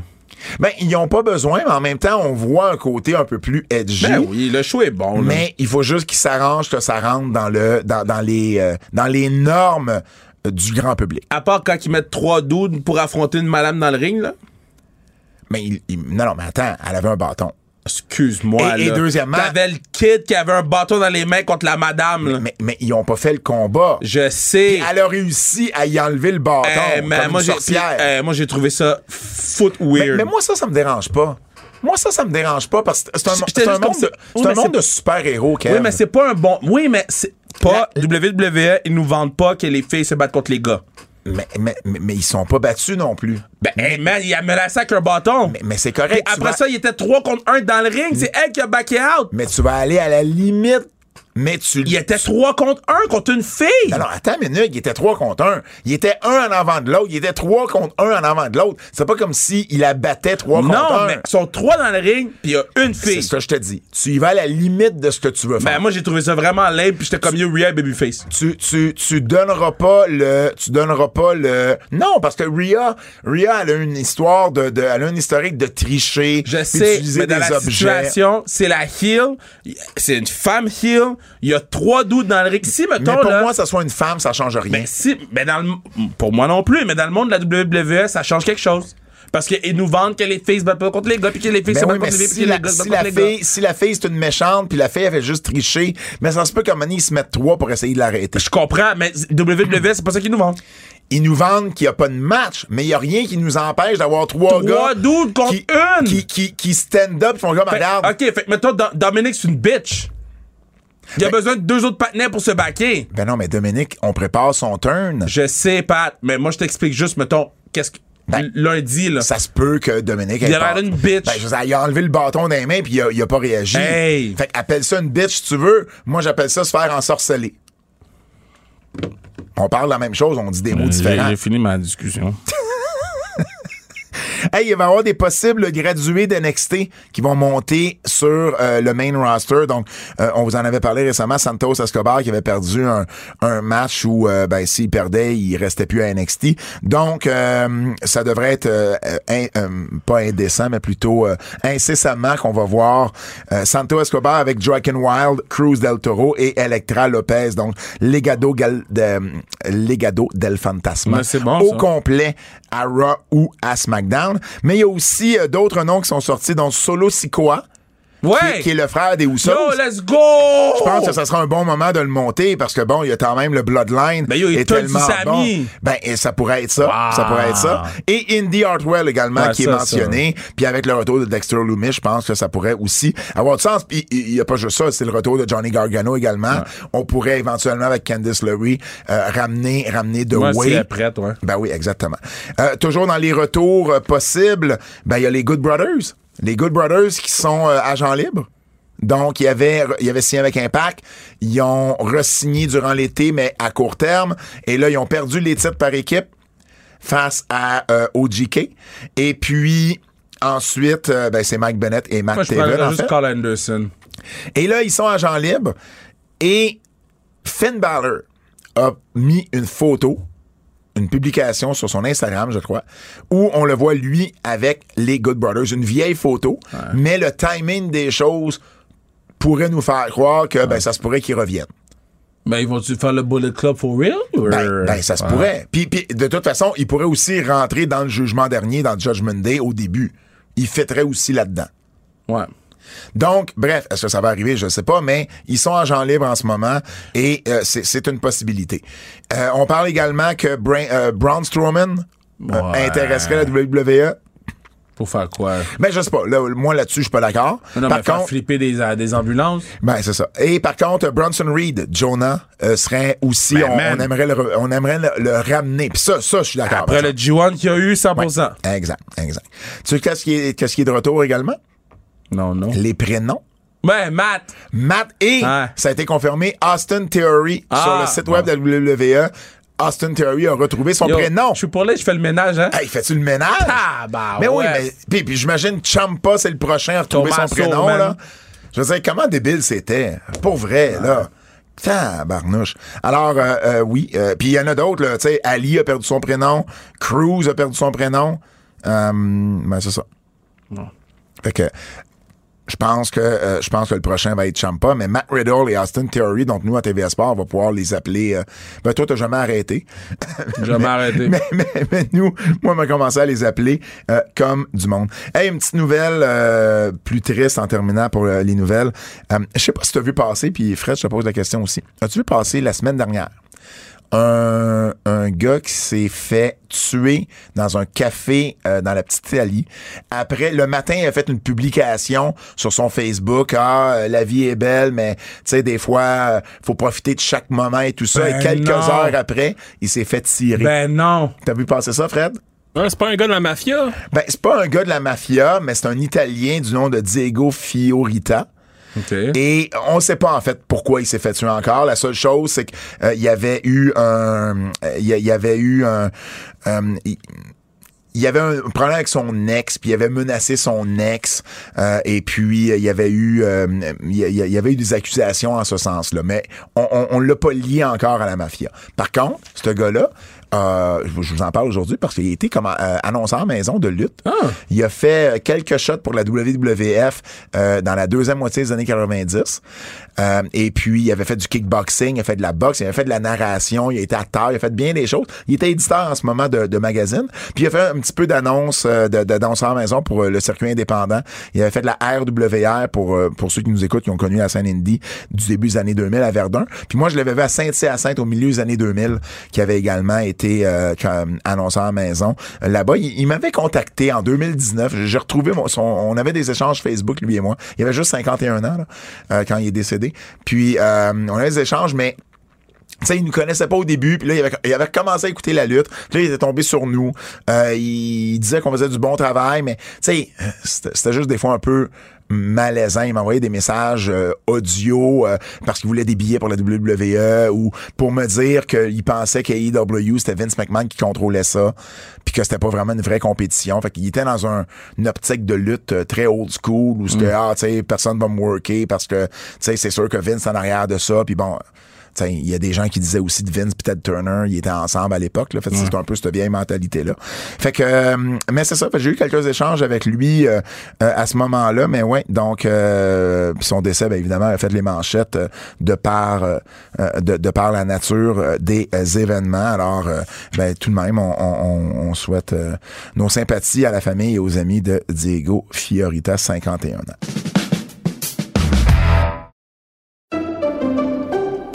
Ben, ils ont pas besoin, mais en même temps, on voit un côté un peu plus edgy. Ben oui, le show est bon. là. Mais il faut juste qu'ils s'arrangent que ça rentre dans le dans, dans les euh, dans les normes euh, du grand public. À part quand ils mettent trois doudes pour affronter une madame dans le ring, là. Mais il- il- non non mais attends, elle avait un bâton. Excuse-moi. Et- et là. deuxièmement- T'avais le kid qui avait un bâton dans les mains contre la madame, là. Mais, mais ils ont pas fait le combat. Je sais. Elle a réussi à y enlever le bâton Eh, mais comme moi, une j'ai, sorcière. puis, eh, moi, j'ai trouvé ça foot mais, weird. mais moi ça ça me dérange pas. Moi ça ça me dérange pas parce que c'est un, J'étais c'est un juste monde comme de, ça. c'est Oui, un mais monde c'est- de super héros oui, mais c'est pas un bon. Oui, mais c'est pas. WWE, ils nous vendent pas que les filles se battent contre les gars. mais, mais, mais- mais ils sont pas battus non plus. Ben, hey, man, il a menacé avec un bâton. Mais, mais c'est correct. tu Puis après vas- ça, il était 3 contre 1 dans le ring. C'est elle qui a backé out. mais tu vas aller à la limite Mais tu Il était 3 contre 1 contre une fille. Ben Alors, attends une minute, il était 3 contre 1. Il était un en avant de l'autre. Il était 3 contre 1 en avant de l'autre. C'est pas comme s'il il abattait 3 contre 1. non, mais ils sont 3 dans le ring, puis il y a une C'est fille. ça que je te dis. Tu y vas à la limite de ce que tu veux faire. Ben, moi, j'ai trouvé ça vraiment laid, puis j'étais comme You Rhea Babyface. tu, tu, tu donneras pas le tu donneras pas le non parce que Ria Ria elle a une histoire de, de elle a un historique de tricher Je puis sais, d'utiliser mais dans des la objets situation, c'est la heel, c'est une femme heel, il y a trois doutes dans le ring. Si, mais mettons, pour là, moi ça soit une femme ça change rien ben, si, ben dans le- pour moi non plus, mais dans le monde de la WWE, ça change quelque chose. Parce qu'ils nous vendent que les filles se battent pas contre les gars, puis que les filles Ben se oui, battent mais contre les filles, si puis que la, les gars se si battent la contre les gars. fille, si la fille c'est une méchante, puis la fille elle fait juste tricher, mais ça se peut qu'à un moment donné, ils se mettent trois pour essayer de l'arrêter. Je comprends, mais WWE, c'est pas ça qu'ils nous vendent. Ils nous vendent qu'il n'y a pas de match, mais il n'y a rien qui nous empêche d'avoir trois, Trois gars dudes contre qui, une. qui, qui, qui stand up, qui font comme Fait- regarde. ok, fait que mettons, Do- Dominique, c'est une bitch. Il y a besoin de deux autres partenaires pour se baquer. Ben non, mais Dominique, on prépare son turn. Je sais, Pat, mais moi, je t'explique juste, mettons, qu'est-ce que. Ben, lundi, là. Ça se peut que Dominique. Il a ait peur. l'air d'une bitch. Ben, je veux dire, il a enlevé le bâton des mains puis il a, il a pas réagi. Hey. Fait appelle ça une bitch si tu veux. Moi, j'appelle ça se faire ensorceler. On parle la même chose, on dit des Euh, mots différents. fini ma discussion. Hey, il va y avoir des possibles gradués d'NXT qui vont monter sur euh, le main roster. Donc, euh, on vous en avait parlé récemment, Santos Escobar qui avait perdu un, un match où, euh, ben, s'il perdait, il restait plus à NXT. Donc, euh, ça devrait être euh, in- euh, pas indécent, mais plutôt euh, incessamment qu'on va voir euh, Santos Escobar avec Joaquin Wild, Cruz Del Toro et Electra Lopez. Donc, Legado, Gal- de- Legado del Fantasma Mais c'est bon, au ça. complet à Raw ou à SmackDown. Mais il y a aussi euh, d'autres noms qui sont sortis, dont Solo Sikoa, qui- *laughs* Ouais! qui est le frère des Usos. Yo, let's go! Je pense que ça sera un bon moment de le monter parce que bon, il y a quand même le Bloodline. Ben, yo, il est t'a dit tellement bon. Sami. Ben, et ça pourrait être ça. Wow. Ça pourrait être ça. Et Indy Hartwell également Ouais, qui est ça, mentionné. Puis avec le retour de Dexter Loomis, je pense que ça pourrait aussi avoir du sens. Puis il n'y a pas juste ça, c'est le retour de Johnny Gargano également. On pourrait éventuellement avec Candice LeRae euh, ramener ramener The Ouais, Way. c'est prête, ouais. Ben oui, exactement. Euh, toujours dans les retours euh, possibles, ben il y a les Good Brothers. Les Good Brothers qui sont euh, agents libres. Donc, il y avait, il y avait signé avec Impact. Ils ont re-signé durant l'été, mais à court terme. Et là, ils ont perdu les titres par équipe face à euh, OGK. Et puis, ensuite, euh, ben, c'est Mike Bennett et Matt Moi, je Taven, prendrais en juste fait. Carl Anderson. Et là, ils sont agents libres. Et Finn Balor a mis une photo, une publication sur son Instagram, je crois, où on le voit lui avec les Good Brothers. Une vieille photo, mais le timing des choses pourrait nous faire croire que ben, ça se pourrait qu'ils reviennent. Ben, ils vont-tu faire le Bullet Club for real? Ben, ben, ça se pourrait. Puis, puis, de toute façon, il pourrait aussi rentrer dans le jugement dernier, dans le Judgment Day au début. Il fêterait aussi là-dedans. Ouais. Donc, bref, est-ce que ça va arriver? Je ne sais pas, mais ils sont agents libres en ce moment et euh, c'est- c'est une possibilité. Euh, on parle également que Bra- euh, Braun Strowman euh, Ouais. intéresserait la WWE. Pour faire quoi? Ben, je sais pas. Là, moi, là-dessus, je suis pas d'accord. Non, Par mais faire contre, flipper des, euh, des ambulances. ben, c'est ça. Et par contre, Bronson Reed, Jonah, euh, serait aussi, Ben, on, man. on aimerait le, re- on aimerait le, le ramener. Puis ça, ben, ça, je suis d'accord. Après le G1 qu'il y a eu, 100%. Exact, exact. Tu sais, qu'est-ce qui, est- qu'est-ce qui est de retour également? Non, non. Les prénoms. Ben, Matt! Matt et Ouais. ça a été confirmé Austin Theory Ah. sur le site web de la WWE. Austin Theory a retrouvé son Yo, prénom. Je suis pour là, je fais le ménage, hein? Hey, fais-tu le ménage? Ah, bah mais oui, ouais. mais puis, puis j'imagine Champa c'est le prochain à retrouver Thomas son prénom Soulman. là. Je veux dire comment débile c'était pour vrai là. Tabarnouche. Alors euh, euh, oui, euh, puis il y en a d'autres là, tu sais Ali a perdu son prénom, Cruz a perdu son prénom. Euh, ben c'est ça. Fait que je pense que euh, je pense que le prochain va être Champa, mais Matt Riddle et Austin Theory, donc nous à TVA Sport, on va pouvoir les appeler. euh, ben toi, t'as jamais arrêté. Je vais m'arrêter. mais, mais- mais nous, moi, on va commencer à les appeler euh, comme du monde. Hey, une petite nouvelle euh, plus triste en terminant pour euh, les nouvelles. Euh, je sais pas si tu as vu passer, puis Fred, je te pose la question aussi. As-tu vu passer la semaine dernière un, un gars qui s'est fait tuer dans un café euh, dans la petite Italie. Après, le matin, il a fait une publication sur son Facebook. Ah, euh, la vie est belle, mais tu sais, des fois, euh, faut profiter de chaque moment et tout ça. Ben et quelques non. heures après, il s'est fait tirer. Ben, non. T'as vu passer ça, Fred? Hein, c'est pas un gars de la mafia. Ben, c'est pas un gars de la mafia, mais c'est un Italien du nom de Diego Fiorita. OK. Et on ne sait pas en fait pourquoi il s'est fait tuer encore. La seule chose, c'est qu'il y avait eu un, euh, il y, il y avait eu un, euh, il- il y avait un problème avec son ex, puis il avait menacé son ex, euh, et puis euh, il y avait eu, euh, il y, il y avait eu des accusations en ce sens-là, mais on, on, on l'a pas lié encore à la mafia. Par contre, ce gars-là, euh, je vous- je vous en parle aujourd'hui parce qu'il était comme euh, annonceur maison de lutte. Il a fait euh, quelques shots pour la WWF euh, dans la deuxième moitié des années 90. Euh, et puis, il avait fait du kickboxing, il a fait de la boxe, il avait fait de la narration, il a été acteur, il a fait bien des choses. Il était éditeur en ce moment de, de magazine. Puis, il a fait un petit peu d'annonces euh, de- d'annonces à la maison pour euh, le circuit indépendant. Il avait fait de la RWR pour, euh, pour ceux qui nous écoutent, qui ont connu la scène indie du début des années 2000 à Verdun. Puis moi, je l'avais vu à Saint-Hyacinthe au milieu des années 2000, qui avait également été euh, comme annonceur à la maison. Euh, Là-bas, il, il m'avait contacté en 2019. J'ai retrouvé mon- son... On avait des échanges Facebook, lui et moi. Il avait juste 51 ans là, euh, quand il est décédé. Puis euh, on avait des échanges, mais tu sais, il nous connaissait pas au début, puis là, il avait, il avait commencé à écouter la lutte, puis là, il était tombé sur nous. Euh, il, disait qu'on faisait du bon travail, mais tu sais, euh, c'était c'était juste des fois un peu malaisant. Il m'envoyait des messages euh, audio euh, parce qu'il voulait des billets pour la WWE ou pour me dire qu'il pensait que AEW, c'était Vince McMahon qui contrôlait ça, puis que c'était pas vraiment une vraie compétition. Fait qu'il était dans un, une optique de lutte euh, très old school où c'était, ah, tu sais, personne va me worker parce que, tu sais, c'est sûr que Vince est en arrière de ça, puis bon... T'sais, Il y a des gens qui disaient aussi de Vince, peut-être Turner, ils étaient ensemble à l'époque. là. Fait que C'est un peu cette vieille mentalité-là. Fait que, euh, mais c'est ça, Fait que j'ai eu quelques échanges avec lui euh, euh, à ce moment-là. Mais ouais, donc euh, puis son décès, bien évidemment, a fait les manchettes euh, de par euh, euh, de, de par la nature euh, des euh, événements. Alors, euh, ben, tout de même, on, on- on- on souhaite euh, nos sympathies à la famille et aux amis de Diego Fiorita, 51 ans.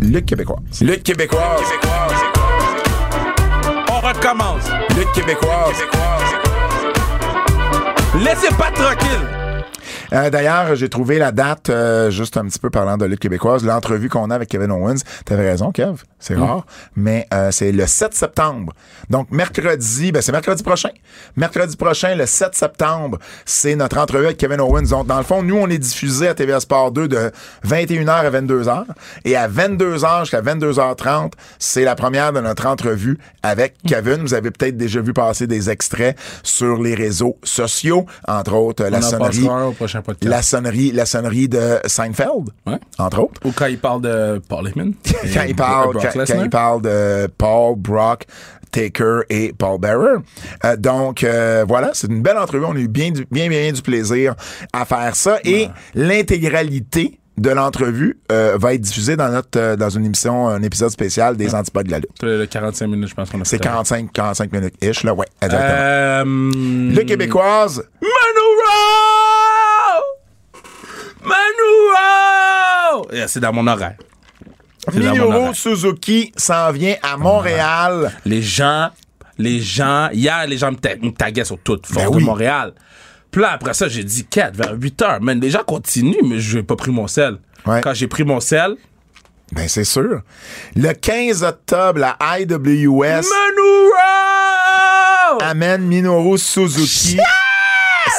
Lutte québécois. Lutte québécois. On recommence. Lutte québécois. Laissez pas tranquille. Euh, D'ailleurs, j'ai trouvé la date, euh, juste un petit peu parlant de lutte québécoise, l'entrevue qu'on a avec Kevin Owens. T'avais raison, Kev, c'est Mm. rare, mais euh, c'est le 7 septembre. Donc, mercredi, ben, c'est mercredi prochain. Mercredi prochain, le 7 septembre, c'est notre entrevue avec Kevin Owens. Donc, dans le fond, nous, on est diffusé à TVA Sport 2 de 21h à 22h. Et à 22h jusqu'à 22h30, c'est la première de notre entrevue avec Mm. Kevin. Vous avez peut-être déjà vu passer des extraits sur les réseaux sociaux, entre autres euh, la On en sonnerie passera un au prochain podcast. la sonnerie, la sonnerie de Seinfeld, Ouais. entre autres. Ou quand il parle de Paul *laughs* Heyman. *laughs* Quand Et il, parle, Brock quand, quand Lesnar. il parle de Paul, Brock, Taker et Paul Bearer. Euh, donc, euh, voilà, c'est une belle entrevue. On a eu bien, du- bien, bien, bien du plaisir à faire ça. Et l'intégralité de l'entrevue euh, va être diffusée dans notre euh, dans une émission, un épisode spécial des Antipodes de la lutte. Le 45 minutes, je pense qu'on a C'est fait. 45, 45 minutes-ish, là, ouais, exactement. Euh, Le Québécoise, Manu Manu C'est dans mon horaire. C'est dans mon Minoru horaire. Suzuki s'en vient à Montréal. Les gens, les gens, hier, les gens me, ta- me taguaient sur Ben toute force de oui. Montréal. Puis là, après ça, j'ai dit 4 vers 8 heures. Man, les gens continuent, mais je n'ai pas pris mon sel. Ouais. Quand j'ai pris mon sel, Ben, c'est sûr. Le 15 octobre, la IWS Manu amène Minoru Suzuki.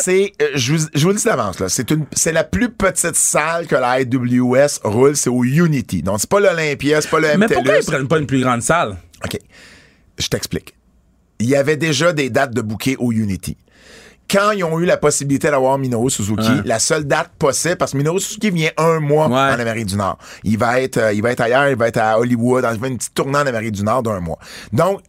C'est, euh, je vous, je vous le dis d'avance, là. C'est une, c'est la plus petite salle que la IWS roule. C'est au Unity. Donc, c'est pas l'Olympia, c'est pas le Mais pourquoi ils MTLUS. prennent pas une plus grande salle? OK. Je t'explique. Il y avait déjà des dates de bouquet au Unity. Quand ils ont eu la possibilité d'avoir Minoru Suzuki, Ouais. la seule date possible, parce que Minoru Suzuki vient un mois Ouais. en Amérique du Nord. Il va être, euh, il va être ailleurs, il va être à Hollywood, il va faire une petite tournée en Amérique du Nord d'un mois. Donc,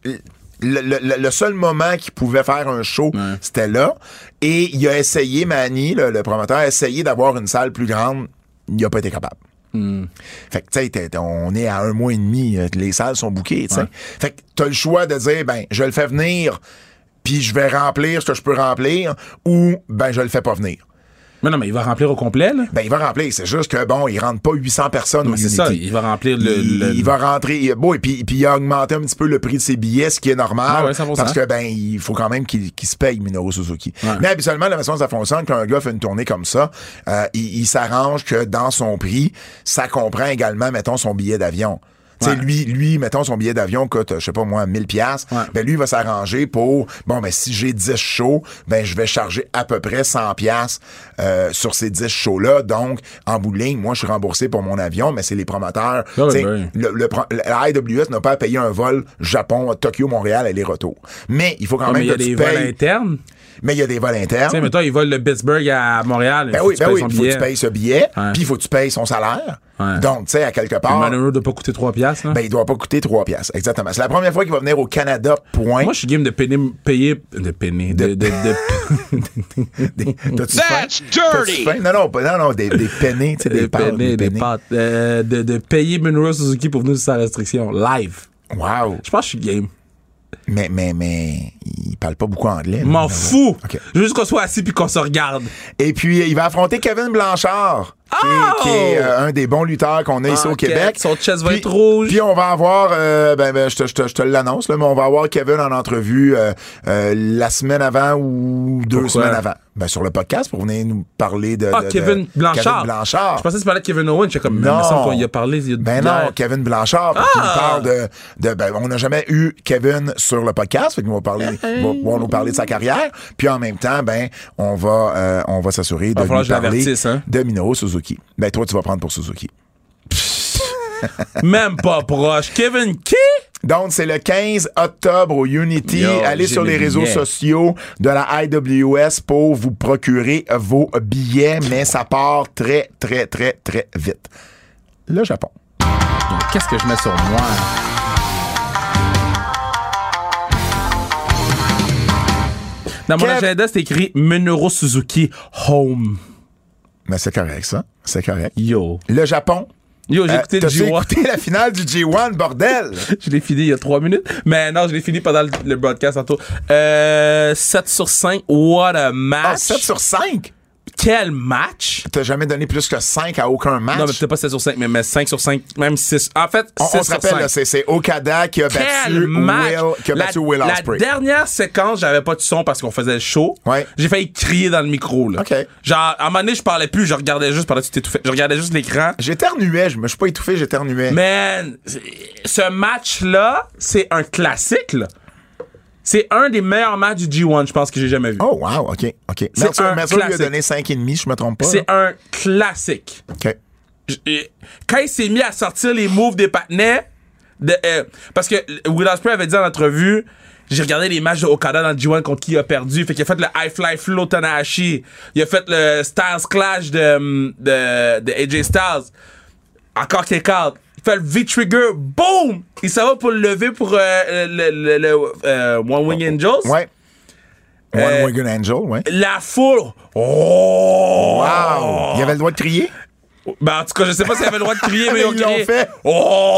le, le- le- le seul moment qu'il pouvait faire un show, c'était là. Et il a essayé, Manny, le, le promoteur, a essayé d'avoir une salle plus grande. Il n'a pas été capable. Fait que, tu sais, t'es- t'es- on est à un mois et demi, euh, les salles sont bouquées, tu sais. Fait que t'as le choix de dire, ben, je le fais venir, puis je vais remplir ce que je peux remplir, ou, ben, je le fais pas venir. Mais non, mais il va remplir au complet, là. Ben, il va remplir. C'est juste que, bon, il rentre pas 800 personnes au C'est Unity. ça, il va remplir le. il, le- il va rentrer. Bon, et puis, puis il a augmenté un petit peu le prix de ses billets, ce qui est normal. Ah ouais, 100%. parce que, ben, il faut quand même qu'il qu'il se paye Minoru Suzuki. Mais habituellement, la façon dont ça fonctionne, quand un gars fait une tournée comme ça, euh, il, il s'arrange que dans son prix, ça comprend également, mettons, son billet d'avion. Tu sais, lui, lui, mettons, son billet d'avion coûte, je sais pas moi, 1000 pièces Ouais. Ben, lui, il va s'arranger pour, bon, ben, si j'ai 10 shows, ben, je vais charger à peu près 100 pièces sur ces 10 shows-là. Donc, en bout de ligne, moi, je suis remboursé pour mon avion, mais c'est les promoteurs Ah oui, T'sais, ben le- le pro- la IWS n'a pas à payer un vol Japon, Tokyo, Montréal, aller-retour. Mais il faut quand Ah, mais même il y a que tu des vols payes. Ah internes. Mais il y a des vols Tu sais, internes. mais toi, ils volent de Pittsburgh à Montréal. Ben faut oui, que tu ben payes oui, son il faut que tu billet. payes ce billet, Ouais. puis il faut que tu payes son salaire. Ouais. Donc, tu sais, à quelque Le part, Monero doit pas coûter 3 piastres, là. ben, il doit pas coûter 3 piastres. Exactement. C'est la première fois qu'il va venir au Canada, point. Moi, je suis game de payer. payer de payer. De, de, *laughs* de- T'as-tu That's faim? T'as-tu dirty! faim? Non, non, pas- non, non, des, des pennés, tu sais, des, de pâtes, payer- des des pennés. pâtes, euh, de, de payer Minoru Suzuki pour venir sur sa restriction. Live. Wow. Je pense que je suis game. Mais, mais, mais, il parle pas beaucoup anglais. là. M'en fous. Ben Ok. Je veux juste qu'on soit assis puis qu'on se regarde. Et puis, il va affronter Kevin Blanchard, qui, Oh! qui est euh, un des bons lutteurs qu'on a ici au Ok, Québec. son chest va Puis- être rouge. Puis on va avoir, euh, ben, ben, je te, je te- je te l'annonce, là, mais on va avoir Kevin en entrevue euh, euh, la semaine avant ou deux Pourquoi? semaines avant. Ben, sur le podcast pour venir nous parler de, Ah, de- de- Kevin Blanchard. Kevin Blanchard. Je pensais que tu parlais de Kevin Owen. J'étais comme, mais il me Non. semble qu'on y a parlé. il y a- Ben non, hier. Kevin Blanchard, qui Ah! nous parle de, de- ben, on n'a jamais eu Kevin sur le podcast, fait qu'il va parler, il va- va nous parler de sa carrière, puis en même temps, ben on va, euh, on va s'assurer de Va lui falloir Ah, que je parler l'avertisse, hein. de Minoru Suzuki. Ben toi, tu vas prendre pour Suzuki. Même pas proche. Kevin qui? Donc, c'est le 15 octobre au Unity. Yo, Allez j'ai sur mes les réseaux billets. sociaux de la IWS pour vous procurer vos billets, mais ça part très, très, très, très vite. Le Japon. Qu'est-ce que je mets sur moi? Dans mon Kev- agenda, c'est écrit Minoru Suzuki Home. Mais Ben, c'est correct, ça. C'est correct. Yo. Le Japon, Yo, j'ai Euh, écouté le t'as-tu G1. écouté la finale du G1, bordel! *laughs* Je l'ai fini il y a trois minutes. Mais non, je l'ai fini pendant le, le broadcast tantôt. Euh, 7 sur 5. What a match. Ah, 7 sur 5? Quel match. T'as jamais donné plus que 5 à aucun match? Non, mais peut-être pas 7 sur 5, mais, mais 5 sur 5, même 6. En fait, on, 6 on se sur rappelle, 5. là, c'est c'est Okada qui a battu Quel match! Will, qui a la, battu Will la Ospreay. dernière séquence, j'avais pas de son parce qu'on faisait le show. Ouais. J'ai failli crier dans le micro. Là. OK. Genre, à un moment donné, je parlais plus, je regardais juste pendant que tu t'étouffais. Je regardais juste l'écran. J'éternuais, je me je suis pas étouffé, j'éternuais. Man, c'est- ce match-là, c'est un classique. là. C'est un des meilleurs matchs du G1, je pense, que j'ai jamais vu. Oh, wow, OK, OK. Mercer, un Mercer lui a classique. donné 5,5, je me trompe pas. C'est là. un classique. OK. J- et- quand il s'est mis à sortir les moves des patinets, de, euh, parce que Will Ospreay avait dit en entrevue, j'ai regardé les matchs de Okada dans le G1 contre qui il a perdu. Fait qu'il a fait le High Fly Flow Tanahashi. Il a fait le Stars Clash de, hum, de, de AJ Styles. Encore kick out. Il fait le V-Trigger. Boom! Il s'en va pour le lever pour euh, le, le- le, euh, One Wing Angels. Ouais. One Euh, Winged Angel, ouais. La foule. Oh! Wow! Il avait le droit de crier? Ben, en tout cas, je sais pas s'il avait le droit *laughs* de crier, mais Ils ils ont crié. l'ont fait.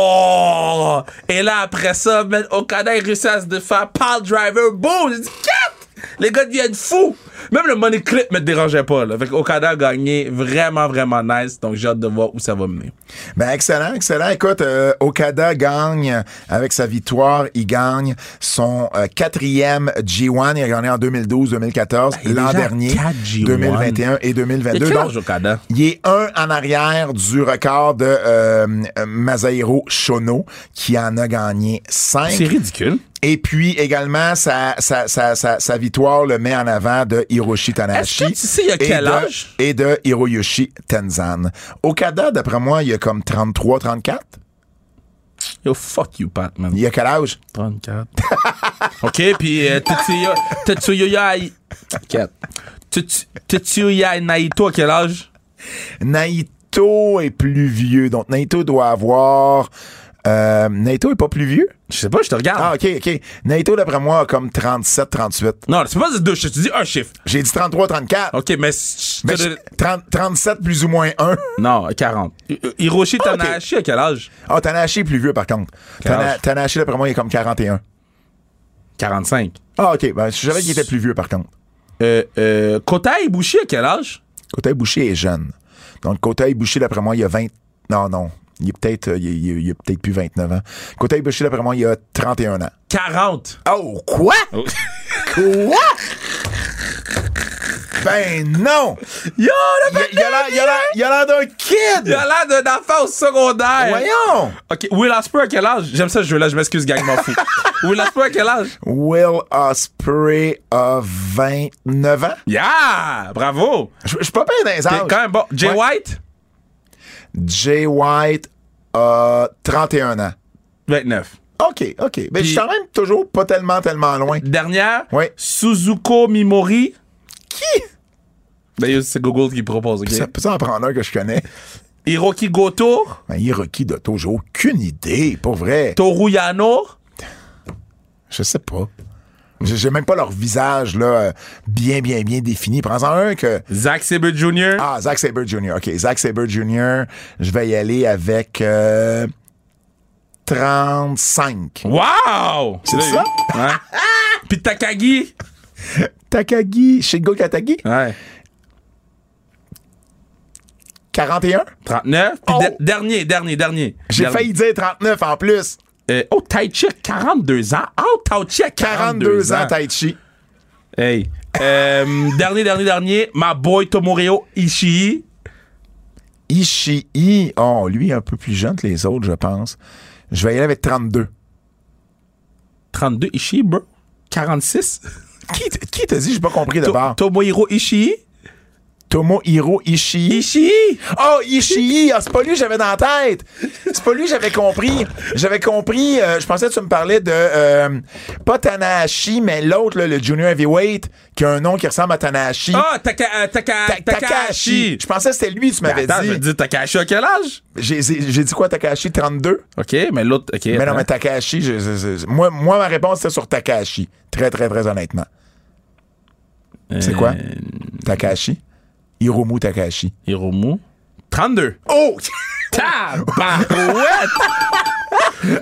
Oh! Et là, après ça, man, Okada, il réussit à se défaire. Pile driver, boom! J'ai dit, Quatre! Les gars deviennent fous! Même le money clip me dérangeait pas, là. Fait que Okada a gagné vraiment, vraiment nice. Donc, j'ai hâte de voir où ça va mener. Ben excellent, excellent. Écoute, euh, Okada gagne avec sa victoire, il gagne son euh, quatrième G1. Il a gagné en 2012, 2014, Ben, il est l'an déjà à dernier, quatre G1. 2021 et 2022. Il a quel Donc, âge, Okada? il est un en arrière du record de euh, Masahiro Shono, qui en a gagné cinq. C'est ridicule. Et puis également, sa, sa, sa, sa, sa victoire le met en avant de Hiroshi Tanahashi. Est-ce que tu sais il a et quel de- âge? Et de Hiroyoshi Tenzan. Okada, d'après moi, il a comme 33, 34. Yo, fuck you, Pat, man. Il a quel âge? 34. *laughs* OK, puis euh, Tetsuya... Tetsuya... 4. Tetsuya Naito, à quel âge? Naito est plus vieux. Donc, Naito doit avoir... Euh, Naito est pas plus vieux? Je sais pas, je te regarde. Ah, OK, OK. Naito, d'après moi, a comme 37, 38. Non, c'est pas deux chiffres, tu dis un chiffre. J'ai dit 33, 34. OK, mais... si- Mais je- 30 37 plus ou moins 1. Non, 40. Hi- Hiroshi Ah, ok. Tanahashi, à quel âge? Ah, Tanahashi est plus vieux, par contre. Quel Tana- âge? Tanahashi, d'après moi, il est comme 41. 45. Ah, OK. Ben, je savais qu'il était plus vieux, par contre. Euh, euh, Kota Ibushi, à quel âge? Côté Boucher est jeune. Donc, Côté Boucher, d'après moi, il y a 20. Non, non. Il est peut-être, euh, il, est- il est- il a peut-être plus 29 ans. Côté Boucher, d'après moi, il a 31 ans. *laughs* 40. Oh, quoi? Oh. *laughs* Quoi? Ben non! Yo, le Il, il a l'air- il a l'air- il a l'air d'un Il kid! a l'air d'un enfant au secondaire. Voyons! OK, Will Ospreay à quel âge? J'aime ça ce jeu-là, je m'excuse, gang, *laughs* m'en fous. Will Ospreay à quel âge? Will Osprey a 29 ans? Yeah! Bravo! Je je suis pas bien dans les T'es âges. quand même bon. Jay Ah Ouais. White? Jay White a 31 ans. 29. OK, OK. Mais je suis quand même toujours pas tellement, tellement loin. Dernière? Ouais. Suzuko Mimori? Qui? D'ailleurs, c'est Google qui propose, OK? Ça peut en prendre un que je connais. Ben, Hiroki Goto? Un Hiroki Doto, j'ai aucune idée, pour vrai. Toru Yano? Je sais pas. J'ai j'ai même pas leur visage, là, euh, bien, bien, bien défini. Prends-en un que. Zack Sabre Jr.? Ah, Zack Sabre Jr. OK, Zack Sabre Jr., je vais y aller avec euh, 35. Wow! C'est ça? Hein? Puis Takagi? Takagi, Shigo Katagi, Ouais. 41. 39. Puis Oh! de- dernier, dernier, dernier. J'ai Dernier. failli dire 39 en plus. Euh, oh, Taichi a 42 ans. Oh, Taichi a 42, 42 ans, Taichi. Hey. Euh, *laughs* dernier, dernier, dernier. My boy Tomorio Ishii. Ishii, oh, lui, un peu plus jeune que les autres, je pense. Je vais y aller avec 32. 32 Ishii, bro. 46. Qui t- qui t'a dit? J'ai pas compris de To- bord. Tomohiro Ishii. Tomohiro Ishii. Ishii. Oh, Ishii! Ah, c'est pas lui que j'avais dans la tête! C'est pas lui que j'avais compris. J'avais compris, euh, je pensais que tu me parlais de. euh, pas Tanahashi, mais l'autre, là, le junior heavyweight, qui a un nom qui ressemble à Tanahashi. Ah, Taka- euh, Taka- Ta- Takahashi. Je pensais que c'était lui, tu m'avais Attends, je veux dit. dire Takahashi à quel âge? J'ai j'ai dit quoi, Takahashi? 32? OK, mais l'autre. OK. Mais non, attends. mais Takahashi, je- je- je- moi, moi, ma réponse, c'était sur Takahashi. Très, très, très honnêtement. Euh, C'est quoi? Takahashi? Hiromu Takahashi. Hiromu. 32. Oh! *laughs* Tabarouette!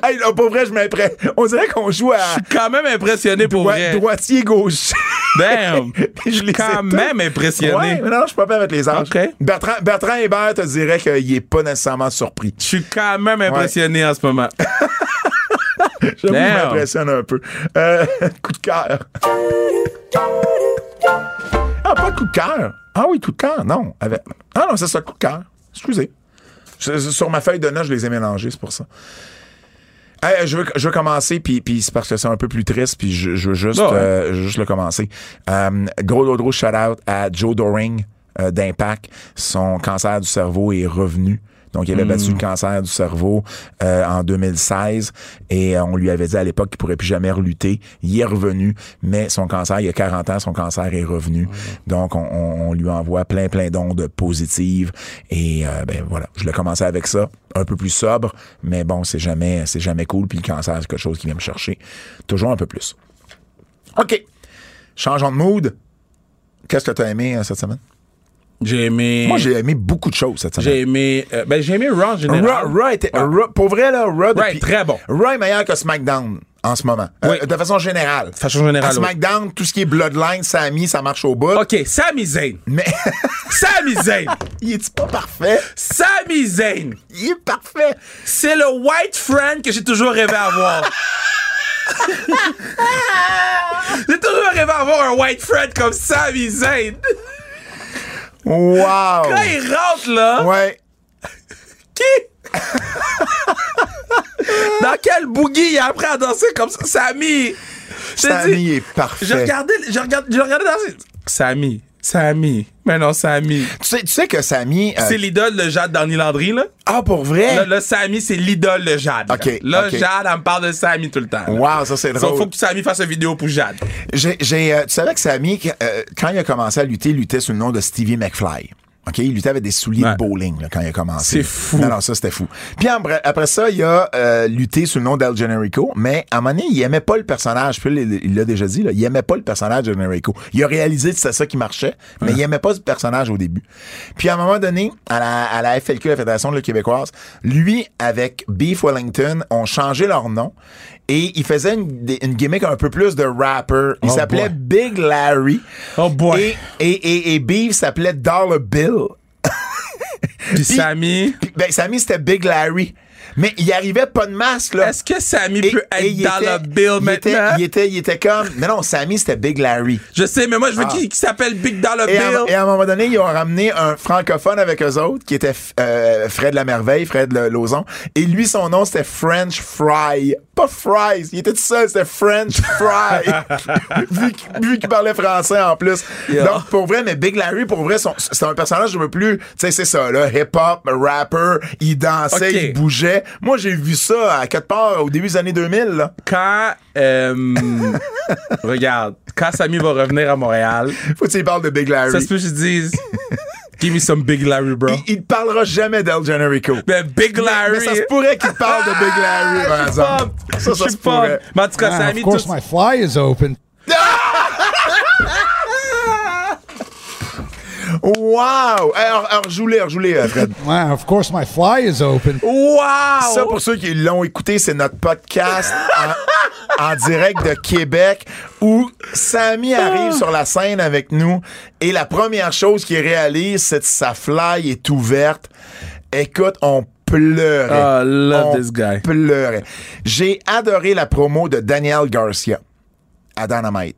hey, là, pour vrai, je m'impresse. On dirait qu'on joue à quand même impressionné pour doi- vrai. droitier-gauche. Damn! *laughs* je les ai Quand tous. même Ouais, impressionné. mais non, je suis pas bien avec les âges. Ok. Bertrand, Bertrand Hébert te dirait qu'il est pas nécessairement surpris. Je suis quand même impressionné en ce moment. J'avoue, je Damn. m'impressionne un peu. Euh, *laughs* coup de cœur. Ah, pas coup de cœur. Ah oui, coup de cœur, non. Avec... Ah non, c'est ça, coup de cœur. Excusez. Je- je- sur ma feuille de notes, je les ai mélangés, c'est pour ça. Hey, je, veux, je veux commencer, puis, puis c'est parce que c'est un peu plus triste, puis je, je veux juste, Ah ouais. euh, je veux juste le commencer. Euh, gros, gros, gros shout-out à Joe Doring euh, d'Impact. Son cancer du cerveau est revenu. Donc, il avait battu le cancer du cerveau euh, en 2016 et euh, on lui avait dit à l'époque qu'il pourrait plus jamais relutter. Il est revenu, mais son cancer, il y a 40 ans, son cancer est revenu. Donc, on, on- on lui envoie plein, plein d'ondes positives et euh, ben voilà, je l'ai commencé avec ça, un peu plus sobre, mais bon, c'est jamais, c'est jamais cool. Puis le cancer, c'est quelque chose qui vient me chercher toujours un peu plus. OK. Changeons de mood. Qu'est-ce que tu as aimé euh, cette semaine? J'ai aimé. Moi, j'ai aimé beaucoup de choses cette semaine. J'ai aimé. euh, ben, j'ai aimé Raw en général. Raw, Raw était- Raw- pour vrai, là, Raw, depuis- très bon. Raw est meilleur que SmackDown en ce moment. Euh, Oui. de façon générale. De façon générale, À SmackDown, tout ce qui est Bloodline, Sami, ça marche au bout. OK, Sami Zayn. Mais Sami Zayn. il est pas parfait? Sami Zayn. Il est parfait. C'est le white friend que j'ai toujours rêvé avoir. j'ai toujours rêvé avoir un white friend comme Sami Zayn. Wow. Là, il rentre, là. Ouais. Qui? *laughs* Dans quel boogie il apprend à danser comme ça? Sami. Je te dis, Sami est Je parfait. regardais, je regard- je le regardais dans Samy, Samy. Mais non, Samy. Tu sais, tu sais que Sami. euh, C'est l'idole de Jade dans Landry, là. ah, pour vrai? Là, là, Samy, c'est l'idole de Jade. là. Ok, Là, ok. Jade, elle me parle de Samy tout le temps. là. Wow, ça, c'est Ça, drôle. Faut que Samy fasse une vidéo pour Jade. J'ai, j'ai, euh, tu savais que Sami, euh, quand il a commencé à lutter, il luttait sous le nom de Stevie McFly. OK? Il luttait avec des souliers Ouais. de bowling là, quand il a commencé. C'est fou. Non, non, Ah, ça, c'était fou. Puis après, après ça, il a euh, lutté sous le nom d'El Generico, mais à un moment donné, il aimait pas le personnage. Puis il il l'a déjà dit, là, il aimait pas le personnage de Generico. Il a réalisé que c'était ça qui marchait, mais il aimait pas ce personnage au début. Puis à un moment donné, à la, à la FLQ, la Fédération le québécoise, lui, avec Beef Wellington, ont changé leur nom et il faisait une, des- une gimmick un peu plus de rapper. Il Oh s'appelait boy. Big Larry. Oh boy. Et, et, et, et Beef s'appelait Dollar Bill. Puis Sammy. Puis, ben, Sammy, c'était Big Larry. Mais il arrivait pas de masque, là. Est-ce que Sammy Ah. Et- peut et être il dans était- le bill il maintenant? était- il, était, il était comme. Non, non, Sammy, c'était Big Larry. Je sais, mais moi, je veux Ah. qu'il qu'il s'appelle Big dans le Et à, et bill. à un moment donné, ils ont ramené un francophone avec eux autres, qui était euh, Fred la Merveille, Fred le- Lauzon. Et lui, son nom, c'était French Fry. Pas Fries. Il était tout seul, c'était French *laughs* Fry. vu qu'il- vu qu'il parlait français en plus. Yeah. Donc, pour vrai, mais Big Larry, pour vrai, son- c'est un personnage, je veux plus. Tu sais, c'est ça, là. Hip-hop, rapper, il dansait, Ok. il bougeait. Moi, j'ai vu ça à quatre parts au début des années 2000, là. Quand. euh, *laughs* regarde, quand Sammy va revenir à Montréal, Faut que tu parles de Big Larry. ça se peut que *laughs* je dise Give me some Big Larry, bro. Il- Il ne parlera jamais d'El Generico. Mais Big Larry. Mais ça se pourrait qu'il te parle de Big Larry, par Ah, je suis exemple. pumped. Ça, Je ça suis se pourrait. pumped. Mais en tout cas, Ah, of Sammy, tout- course, my fly is open. Wow! Eh, Hey, re- re- Rejoue-les, rejoue-les, euh, Fred. Wow, of course, my fly is open. wow! Ça, pour ceux qui l'ont écouté, c'est notre podcast en, en direct de Québec où Sammy arrive sur la scène avec nous et la première chose qu'il réalise, c'est que sa fly est ouverte. Écoute, on pleurait. Ah, love On this guy. pleurait. J'ai adoré la promo de Daniel Garcia à Dynamite.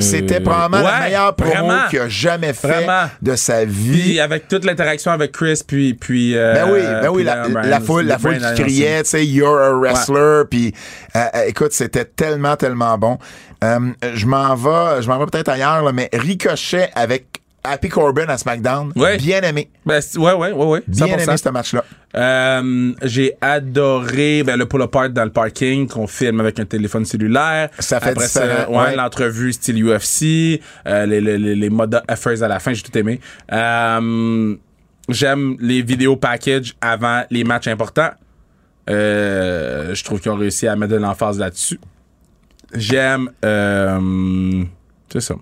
C'était probablement la Euh, ouais, meilleure promo vraiment. qu'il a jamais fait Vraiment. de sa vie. Puis avec toute l'interaction avec Chris, puis. puis euh, Ben oui, ben oui, puis la, Brian- la foule, la foule Brian qui Danielson. criait, tu sais, you're a wrestler, puis euh, euh, écoute, c'était tellement, tellement bon. Euh, je m'en vais, je m'en vais peut-être ailleurs, là, mais Ricochet avec Happy Corbin à SmackDown, Ouais. bien aimé, Ben, c'est- ouais, ouais, ouais, ouais. bien 100%. aimé ce match-là. Euh, j'ai adoré ben, le pull-apart dans le parking qu'on filme avec un téléphone cellulaire. Ça fait Après ça, différent, ouais, ouais. l'entrevue style UFC, euh, les, les, les, les mode affairs à la fin, j'ai tout aimé. Euh, j'aime les vidéos packages avant les matchs importants. Euh, je trouve qu'ils ont réussi à mettre de l'emphase là-dessus. J'aime. Euh, c'est ça.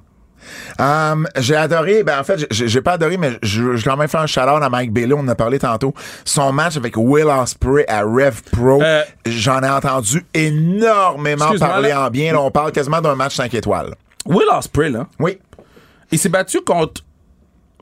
Euh, j'ai adoré, ben en fait, j'ai j'ai pas adoré, mais je je vais quand même faire un shout-out à Mike Bailey, on en a parlé tantôt. Son match avec Will Ospreay à Rev Pro, Euh, j'en ai entendu énormément Excuse-moi, parler là. en bien. Là, on parle quasiment d'un match 5 étoiles. Will Ospreay, là. Oui. Il s'est battu contre.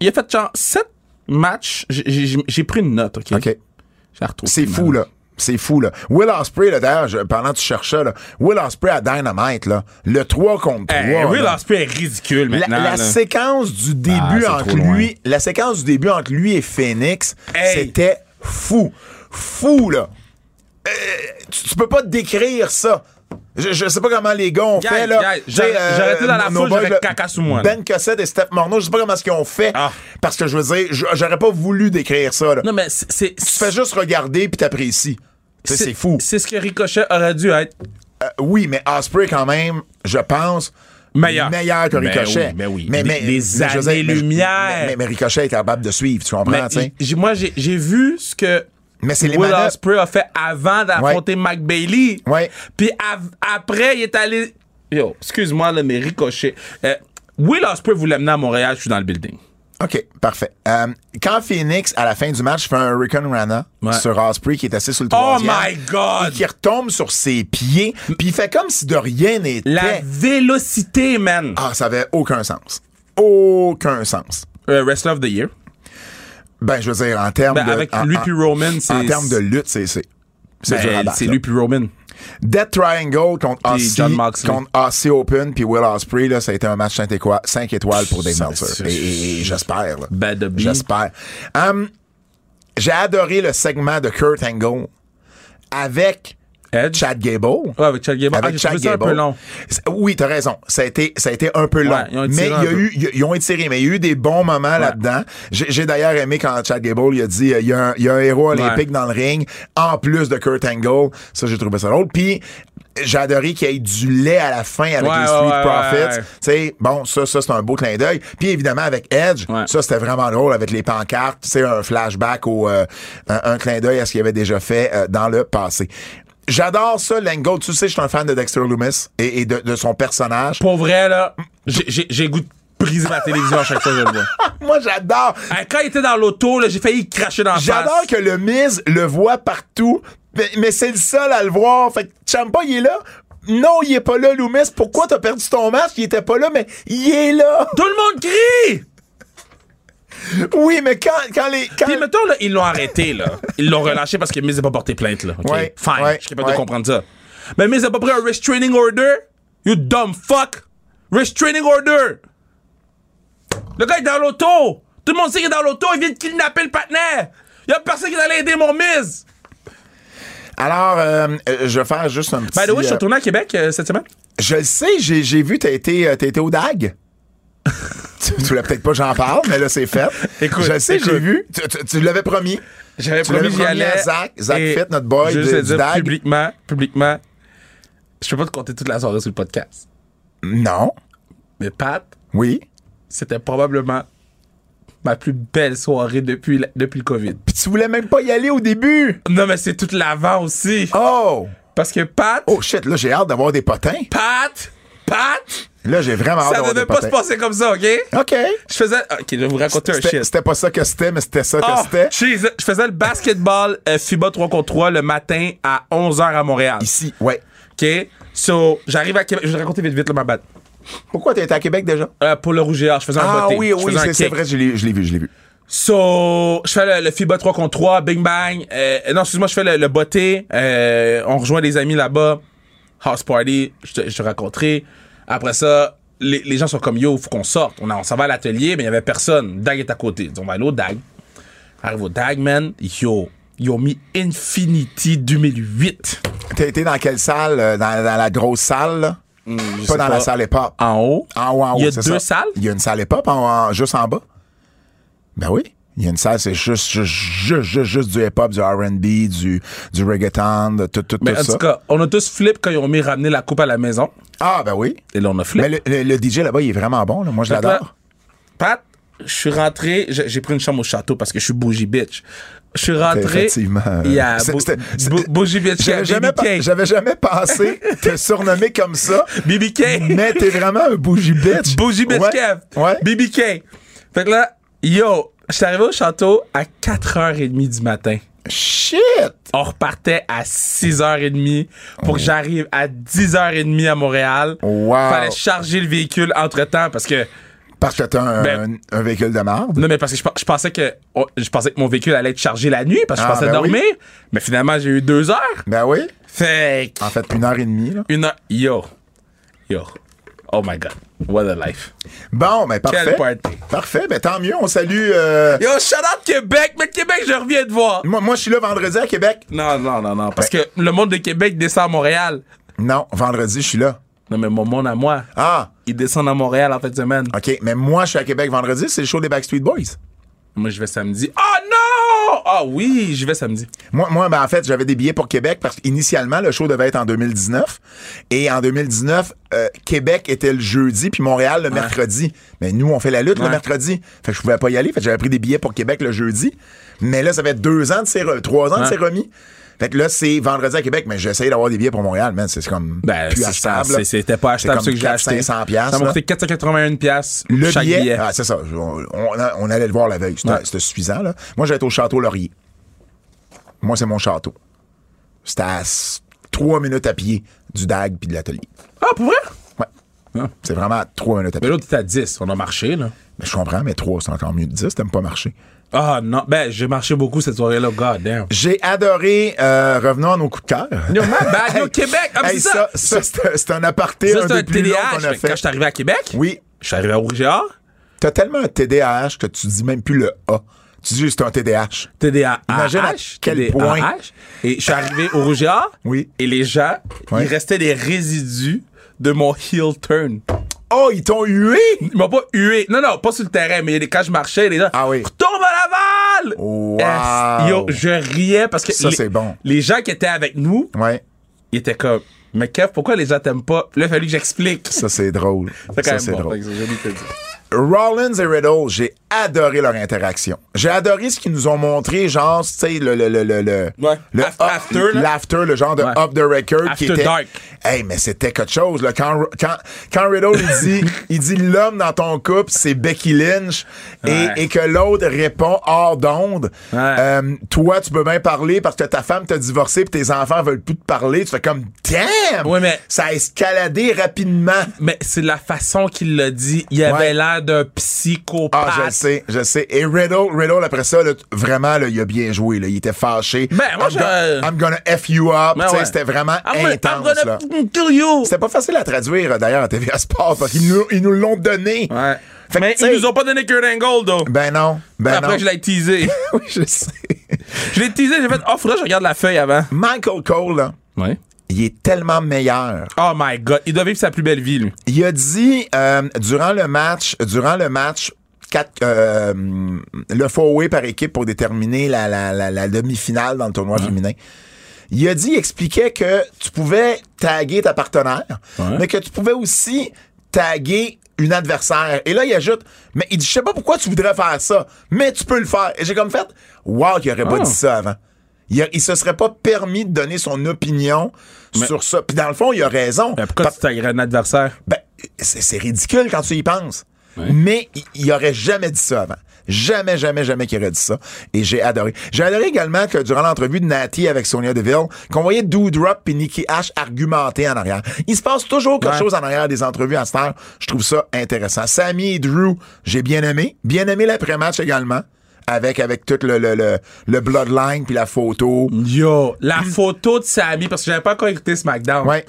Il a fait genre 7 matchs. J'ai- J'ai j'ai pris une note, OK? OK. Je la retrouve C'est plus, fou, man. là. C'est fou, là. Will Ospreay, là, d'ailleurs, je- pendant que tu cherchais, là, Will Ospreay à Dynamite, là, le 3 contre 3. Hey, Will là. Ospreay est ridicule la, maintenant. la là. Ah, séquence du début c'est entre trop loin. lui, la séquence du début entre lui et Phoenix, Hey. c'était fou, fou là. Euh, tu, tu peux pas décrire ça. Je, je sais pas comment les gars ont Guys, fait là. guys, Tu sais, euh, j'aurais- j'aurais été dans la nos foule, boys, j'aurais là, caca sous moi, là. Ben Cossette et Steph Morneau, je sais pas comment ce qu'ils ont fait Ah. parce que je veux dire, je- j'aurais pas voulu décrire ça. là. Non, mais c'est- c'est. Tu fais juste regarder puis t'apprécies. Tu sais, C'est fou. C'est ce que Ricochet aurait dû être. Euh, oui, mais Osprey quand même, je pense. Meilleur. que Ben Ricochet. oui, ben oui. Mais, Des- mais, des mais je veux dire, mais- années-lumière. Mais, mais- mais Ricochet est capable de suivre, tu Mais comprends, tu sais. j'ai- moi, j'ai j'ai vu ce que. Mais c'est les Will manœuvres. Ospreay a fait avant d'affronter Mike Bailey. Ouais. Puis av- après, il est allé. Yo, excuse-moi, là, mais Ricochet. Euh, Will Ospreay voulait l'amener à Montréal, je suis dans le building. OK, parfait. Euh, quand Phoenix, à la fin du match, fait un Hurricane Rana Ouais. sur Osprey qui est assis sur le Oh troisième. my God! Et qui retombe sur ses pieds, puis il fait comme si de rien n'était. La vélocité, man. Ah, ça avait aucun sens. Aucun sens. Euh, Wrestler of the Year. Ben, je veux dire, en termes Ben, de... avec en- lui en- puis Roman, c'est. En termes de lutte, c'est... C'est c'est dur à Ben, battre, c'est là. lui puis Roman. Death Triangle contre Puis Aussie, John Moxley. contre Aussie Open puis Will Ospreay là, ça a été un match 5 étoiles, cinq étoiles pour Dave Ça, Meltzer. c'est- Et, et- et j'espère. là. Bad Bee. J'espère. Hum, j'ai adoré le segment de Kurt Angle avec Edge. Chad Gable. Ouais, avec Chad Gable. Ah, Avec j'ai Chad trouvé ça un Gable. peu long. C'est- Oui, t'as raison. Ça a été, ça a été un peu long. ils ont mais étiré il y un a peu. eu, il y a- ils ont étiré, mais il y a eu des bons moments là-dedans. J'ai j'ai d'ailleurs aimé quand Chad Gable, il a dit, euh, il y a un, il y a un héros olympique Ouais. dans le ring, en plus de Kurt Angle. Ça, j'ai trouvé ça drôle. Puis, j'ai adoré qu'il y ait du lait à la fin avec Ouais, les ouais, Street ouais, Profits. ouais. Tu sais, bon, ça, ça c'est un beau clin d'œil. Puis évidemment, avec Edge, Ouais. ça, c'était vraiment drôle avec les pancartes. C'est un flashback ou euh, un, un clin d'œil à ce qu'il avait déjà fait euh, dans le passé. J'adore ça, Langold. Tu sais, je suis un fan de Dexter Loomis et, et de, de son personnage. *laughs* Pour vrai, là, j'ai- j'ai j'ai le goût de briser ma télévision à chaque fois que je le *laughs* vois. Moi, j'adore. Hey, Quand il était dans l'auto, là, j'ai failli cracher dans la J'adore face. que le Miz le voit partout, mais, mais c'est le seul à le voir. Fait que Champa, il est là. Non, il est pas là, Loomis. Pourquoi t'as perdu ton match? Il était pas là, mais il est là. *laughs* Tout le monde crie! Oui, mais quand, quand les. Quand... Puis mettons, là, ils l'ont arrêté, là. Ils l'ont relâché parce que Miz n'a pas porté plainte, là. OK? Ouais, Fine, ouais, je suis capable ouais. de comprendre ça. Mais Miz n'a pas pris un restraining order? You dumb fuck! Restraining order! Le gars est dans l'auto! Tout le monde sait qu'il est dans l'auto, il vient de kidnapper le partenaire! Y'a personne qui est allé aider mon Miz! Alors, euh, euh, je vais faire juste un petit. By the way, je suis euh, retourné à Québec euh, cette semaine. je le sais, j'ai, j'ai vu, t'as été, euh, t'as été au *laughs* DAG. tu, tu voulais peut-être pas que j'en parle, mais là, c'est fait. Écoute, je le sais, j'ai écoute. vu. Tu, tu- tu l'avais promis. J'avais Tu l'avais promis que j'y promis allais. à Zach. Zach et Fit, notre boy Juste de- à du dire DAG. publiquement, publiquement, je peux pas te compter toute la soirée sur le podcast. Non. Mais Pat, Oui. c'était probablement ma plus belle soirée depuis, la- depuis le COVID. Puis tu voulais même pas y aller au début. Non, mais c'est toute l'avant aussi. Oh! Parce que Pat, Oh shit, là, j'ai hâte d'avoir des potins. Pat, Pat, Là, j'ai vraiment hâte ça d'avoir Ah, des devait pas potins. se passer comme ça, OK? OK. Je faisais... OK, je vais vous raconter un C'était shit. c'était pas ça que c'était, mais c'était ça que Ah, c'était. Jesus, je faisais le basketball euh, FIBA 3 contre 3 le matin à 11h à Montréal. Ici, ouais. OK? So, j'arrive à Québec. Je vais te raconter vite, vite, là, ma batte. Pourquoi t'es à Québec déjà? Euh, pour le rouge et or, je faisais un Ah botté. oui, Je oui, faisais un c'est- c'est kick. vrai, je l'ai je l'ai vu, je l'ai vu. So, je fais le, le FIBA 3 contre 3, bing bang. Euh, non, excuse-moi, je fais le, le botté. Euh, on rejoint les amis là-bas. House party, je te, je te raconterai. Après ça, les, les gens sont comme yo, faut qu'on sorte. On, a- on s'en va à l'atelier, mais il y avait personne. Dag est à côté. Donc, on va aller au Dag. Arrive au Dag, man. Yo, ils ont mis Infinity 2008 T'as été dans quelle salle? euh, Dans, dans la grosse salle? là? Hmm, je pas sais dans pas. la salle hip-hop. en haut. En haut, en haut, Il y a Ah, c'est deux ça. salles? Il y a une salle hip-hop en- en- juste en bas. Ben oui. Il y a une salle, c'est juste, juste, juste, juste, juste du hip-hop, du R&B, du, du reggaeton, de tout, tout, Mais tout en ça. tout cas, on a tous flip quand ils ont mis ramener la coupe à la maison. ah, ben oui. Et là, on a flip. Mais le, le- le DJ là-bas, il est vraiment bon. là. Moi, je Fait que là, l'adore. Pat, je suis rentré, j'ai j'ai pris une chambre au château parce que je suis bougie bitch. Je suis rentré. Effectivement. euh, Il y *laughs* a c'est- bou- c'était- c'est- bou- bougie bitch. il y a J'avais jamais, BB pas- King. j'avais jamais *laughs* pensé te surnommer comme ça. BB King. Mais t'es vraiment un bougie bitch. Bougie bitch ouais, Kev. Ouais. BB King. Fait que là, yo, je suis arrivé au château à 4h30 du matin. Shit! On repartait à 6h30 pour que j'arrive à 10h30 à Montréal. Oh. Wow. Fallait charger le véhicule entre-temps parce que Parce que t'as un, Ben- un- un véhicule de marde. Non, mais parce que je, pe- je pensais que oh, je pensais que mon véhicule allait être chargé la nuit parce que je Ah, pensais ben dormir. Mais finalement, j'ai eu deux heures. Ben oui. Fait que- En fait, une heure et demie. Là. une heure. Yo. Yo. Oh my god. What a life. Bon, ben parfait. Quelle party. Parfait. Ben tant mieux. On salue. euh, Yo, shout out Québec. Mais Québec, je reviens te voir. Moi, moi je suis là vendredi à Québec. Non, non, non, non. Ben- Parce que le monde de Québec descend à Montréal. Non, vendredi, je suis là. Non, mais mon monde à moi, Ah, ils descendent à Montréal en fin de semaine. OK. Mais moi, je suis à Québec vendredi. C'est le show des Backstreet Boys. Moi, je vais samedi. Oh non! Ah oui, je vais samedi. Moi, moi ben, en fait, j'avais des billets pour Québec parce qu'initialement, le show devait être en 2019. Et en 2019, euh, Québec était le jeudi, puis Montréal le mercredi. Mais nous, on fait la lutte le Ouais. mercredi. Fait que je pouvais pas y aller. Fait que j'avais pris des billets pour Québec le jeudi. Mais là, ça fait deux ans de ces re- trois ans de Ouais. ces remis. Fait que là, c'est vendredi à Québec, mais j'essaye d'avoir des billets pour Montréal, man. C'est c'est comme Ben, plus c'est- achetable. c'est- là. c'était pas C'est achetable comme ce que j'ai acheté. 400-500 piastres, Ça m'a là. coûté 481 piastres Le chaque billet, billet. Ah, c'est ça. On, on a- on allait le voir la veille. C'était Ouais. c'était suffisant. Là. Moi, j'allais être au Château Laurier. Moi, c'est mon château. C'était à s- trois minutes à pied du DAG puis de l'atelier. Ah, pour vrai? Ouais. Ah. C'est vraiment à trois minutes à Mais pied. l'autre était à 10. On a marché, là. Mais je comprends, mais trois, c'est encore mieux de dix. T'aimes pas marcher. Ah non, ben j'ai marché beaucoup cette soirée-là, god damn. J'ai adoré. euh, revenons à nos coups de cœur. Yo, my bad, yo, Québec, ah, mais *laughs* Hey, c'est ça, ça. ça, c'est un- c'est un aparté, Ça, un c'est des un plus longs TDAH. qu'on a Fait que Quand je suis fait. arrivé à Québec, Oui, je suis arrivé à Rouge et Or, t'as tellement un TDAH que tu dis même plus le A. Tu dis juste un TDAH. TDAH, Imagine à quel TDAH, point. Et je suis arrivé au Rouge et Or, Oui. et les gens, Ouais. il restait des résidus de mon heel turn. Oh, ils t'ont hué! Ils m'ont pas hué. Non, non, pas sur le terrain, mais les- quand je marchais, les gens. Ah oui. Retourne à Laval! Wow. Est- Yo, je riais parce que. Ça, les- c'est bon. Les gens qui étaient avec nous, Ouais. il était comme, mais Kev, pourquoi les gens t'aiment pas? Là, il a fallu que j'explique. Ça, c'est drôle. *laughs* C'est quand Ça, même c'est bon. drôle. Fait que c'est joli de te dire. Rollins et Riddle, j'ai adoré leur interaction. J'ai adoré ce qu'ils nous ont montré, genre, tu sais, le, le, le, le, le, Ouais. le Af- after, là. l'after, le genre de Ouais. up the record qui After était. dark. Hey, mais c'était quelque chose, là. Quand, quand, quand Riddle, il *laughs* dit, il dit l'homme dans ton couple, c'est Becky Lynch, Ouais. et, et que l'autre répond hors d'onde. Ouais. Euh, toi, tu peux bien parler parce que ta femme t'a divorcé pis tes enfants veulent plus te parler. Tu fais comme, damn! Ouais, mais- Ça a escaladé rapidement. Mais c'est la façon qu'il l'a dit. Il avait Ouais. l'air d'un Ah, psychopathe. je le sais, je le sais. Et Riddle, Riddle après ça, là, t- vraiment, là, il a bien joué. Là. Il était fâché. Ben, moi, I'm, je- go- I'm gonna F you up. Ben Tu sais, ouais. C'était vraiment I'm gonna- I'm intense. gonna là. kill you. C'était pas facile à traduire, euh, d'ailleurs, à TVA Sport, parce qu'ils nous ils nous l'ont donné. Ouais. Fait que, mais tu sais- ils nous ont pas donné Kurt Angle, donc. Ben non, ben Après, non. je l'ai *laughs* teasé. *laughs* Oui, je sais. je l'ai teasé, j'ai fait, oh, faudrait que je regarde la feuille avant. Michael Cole, là, Ouais. il est tellement meilleur. Oh my god, il doit vivre sa plus belle vie, lui. Il a dit euh, durant le match, durant le match, quatre, euh, le four-way par équipe pour déterminer la, la- la- la demi-finale dans le tournoi féminin. Il a dit, il expliquait que tu pouvais taguer ta partenaire, mais que tu pouvais aussi taguer une adversaire. Et là, il ajoute, mais il dit, je sais pas pourquoi tu voudrais faire ça, mais tu peux le faire. Et j'ai comme fait, wow, il aurait pas Ah. dit ça avant. Il, a- il se serait pas permis de donner son opinion sur ça. Puis dans le fond, il a raison. Mais Ben, pourquoi Parce- tu taguerais un adversaire? ben, c'est c'est ridicule quand tu y penses. Mais il- il aurait jamais dit ça avant. Jamais, jamais, jamais qu'il aurait dit ça. Et j'ai adoré. J'ai adoré également que durant l'entrevue de Natty avec Sonia Deville, qu'on voyait Doudrop et Nikki H argumenter en arrière. Il se passe toujours quelque Ouais. chose en arrière des entrevues à cette heure. Je trouve ça intéressant. Sammy et Drew, j'ai bien aimé. Bien aimé l'après-match également. Avec, avec tout le, le, le, le bloodline puis la photo. Yo, la photo de Samy, parce que j'avais pas encore écouté SmackDown. Ouais.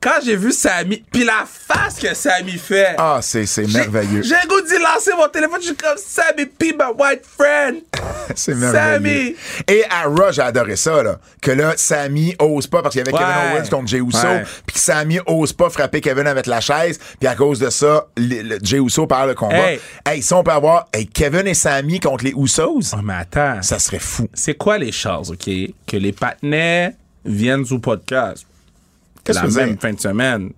Quand j'ai vu Samy, puis la face que Samy fait. Ah, c'est, c'est j'ai- merveilleux. J'ai le goût d'y lancer mon téléphone, je suis comme Sammy, be my white friend. *laughs* C'est merveilleux. Sammy! Et à Raw, j'ai adoré ça, là. Que là, Sammy ose pas, parce qu'il y avait Kevin Ouais. Owens contre Jey Uso, Ouais. puis que Sammy ose pas frapper Kevin avec la chaise, puis à cause de ça, le, le- Jey Uso perd le combat. Hey, Hey. si on peut avoir hey, Kevin et Sammy contre les Usos, Oh, mais attends. ça serait fou. C'est quoi les chances, OK, que les partenaires viennent sous podcast Qu'est-ce la que vous même dites? fin de semaine,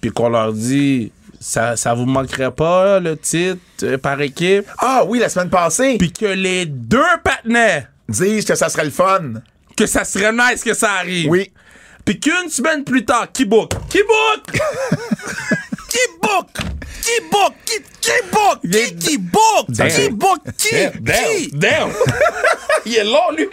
puis qu'on leur dit, ça, ça vous manquerait pas, le titre euh, par équipe, Ah oui, la semaine passée, puis que les deux partenaires, disent que ça serait le fun. que ça serait nice que ça arrive. Oui. Puis qu'une semaine plus tard, qui book? Qui book? *laughs* qui book? Qui book? Qui, qui book? Qui, qui book? Qui Damn. book? Qui? Qui? Damn! *laughs* Il est long, lui!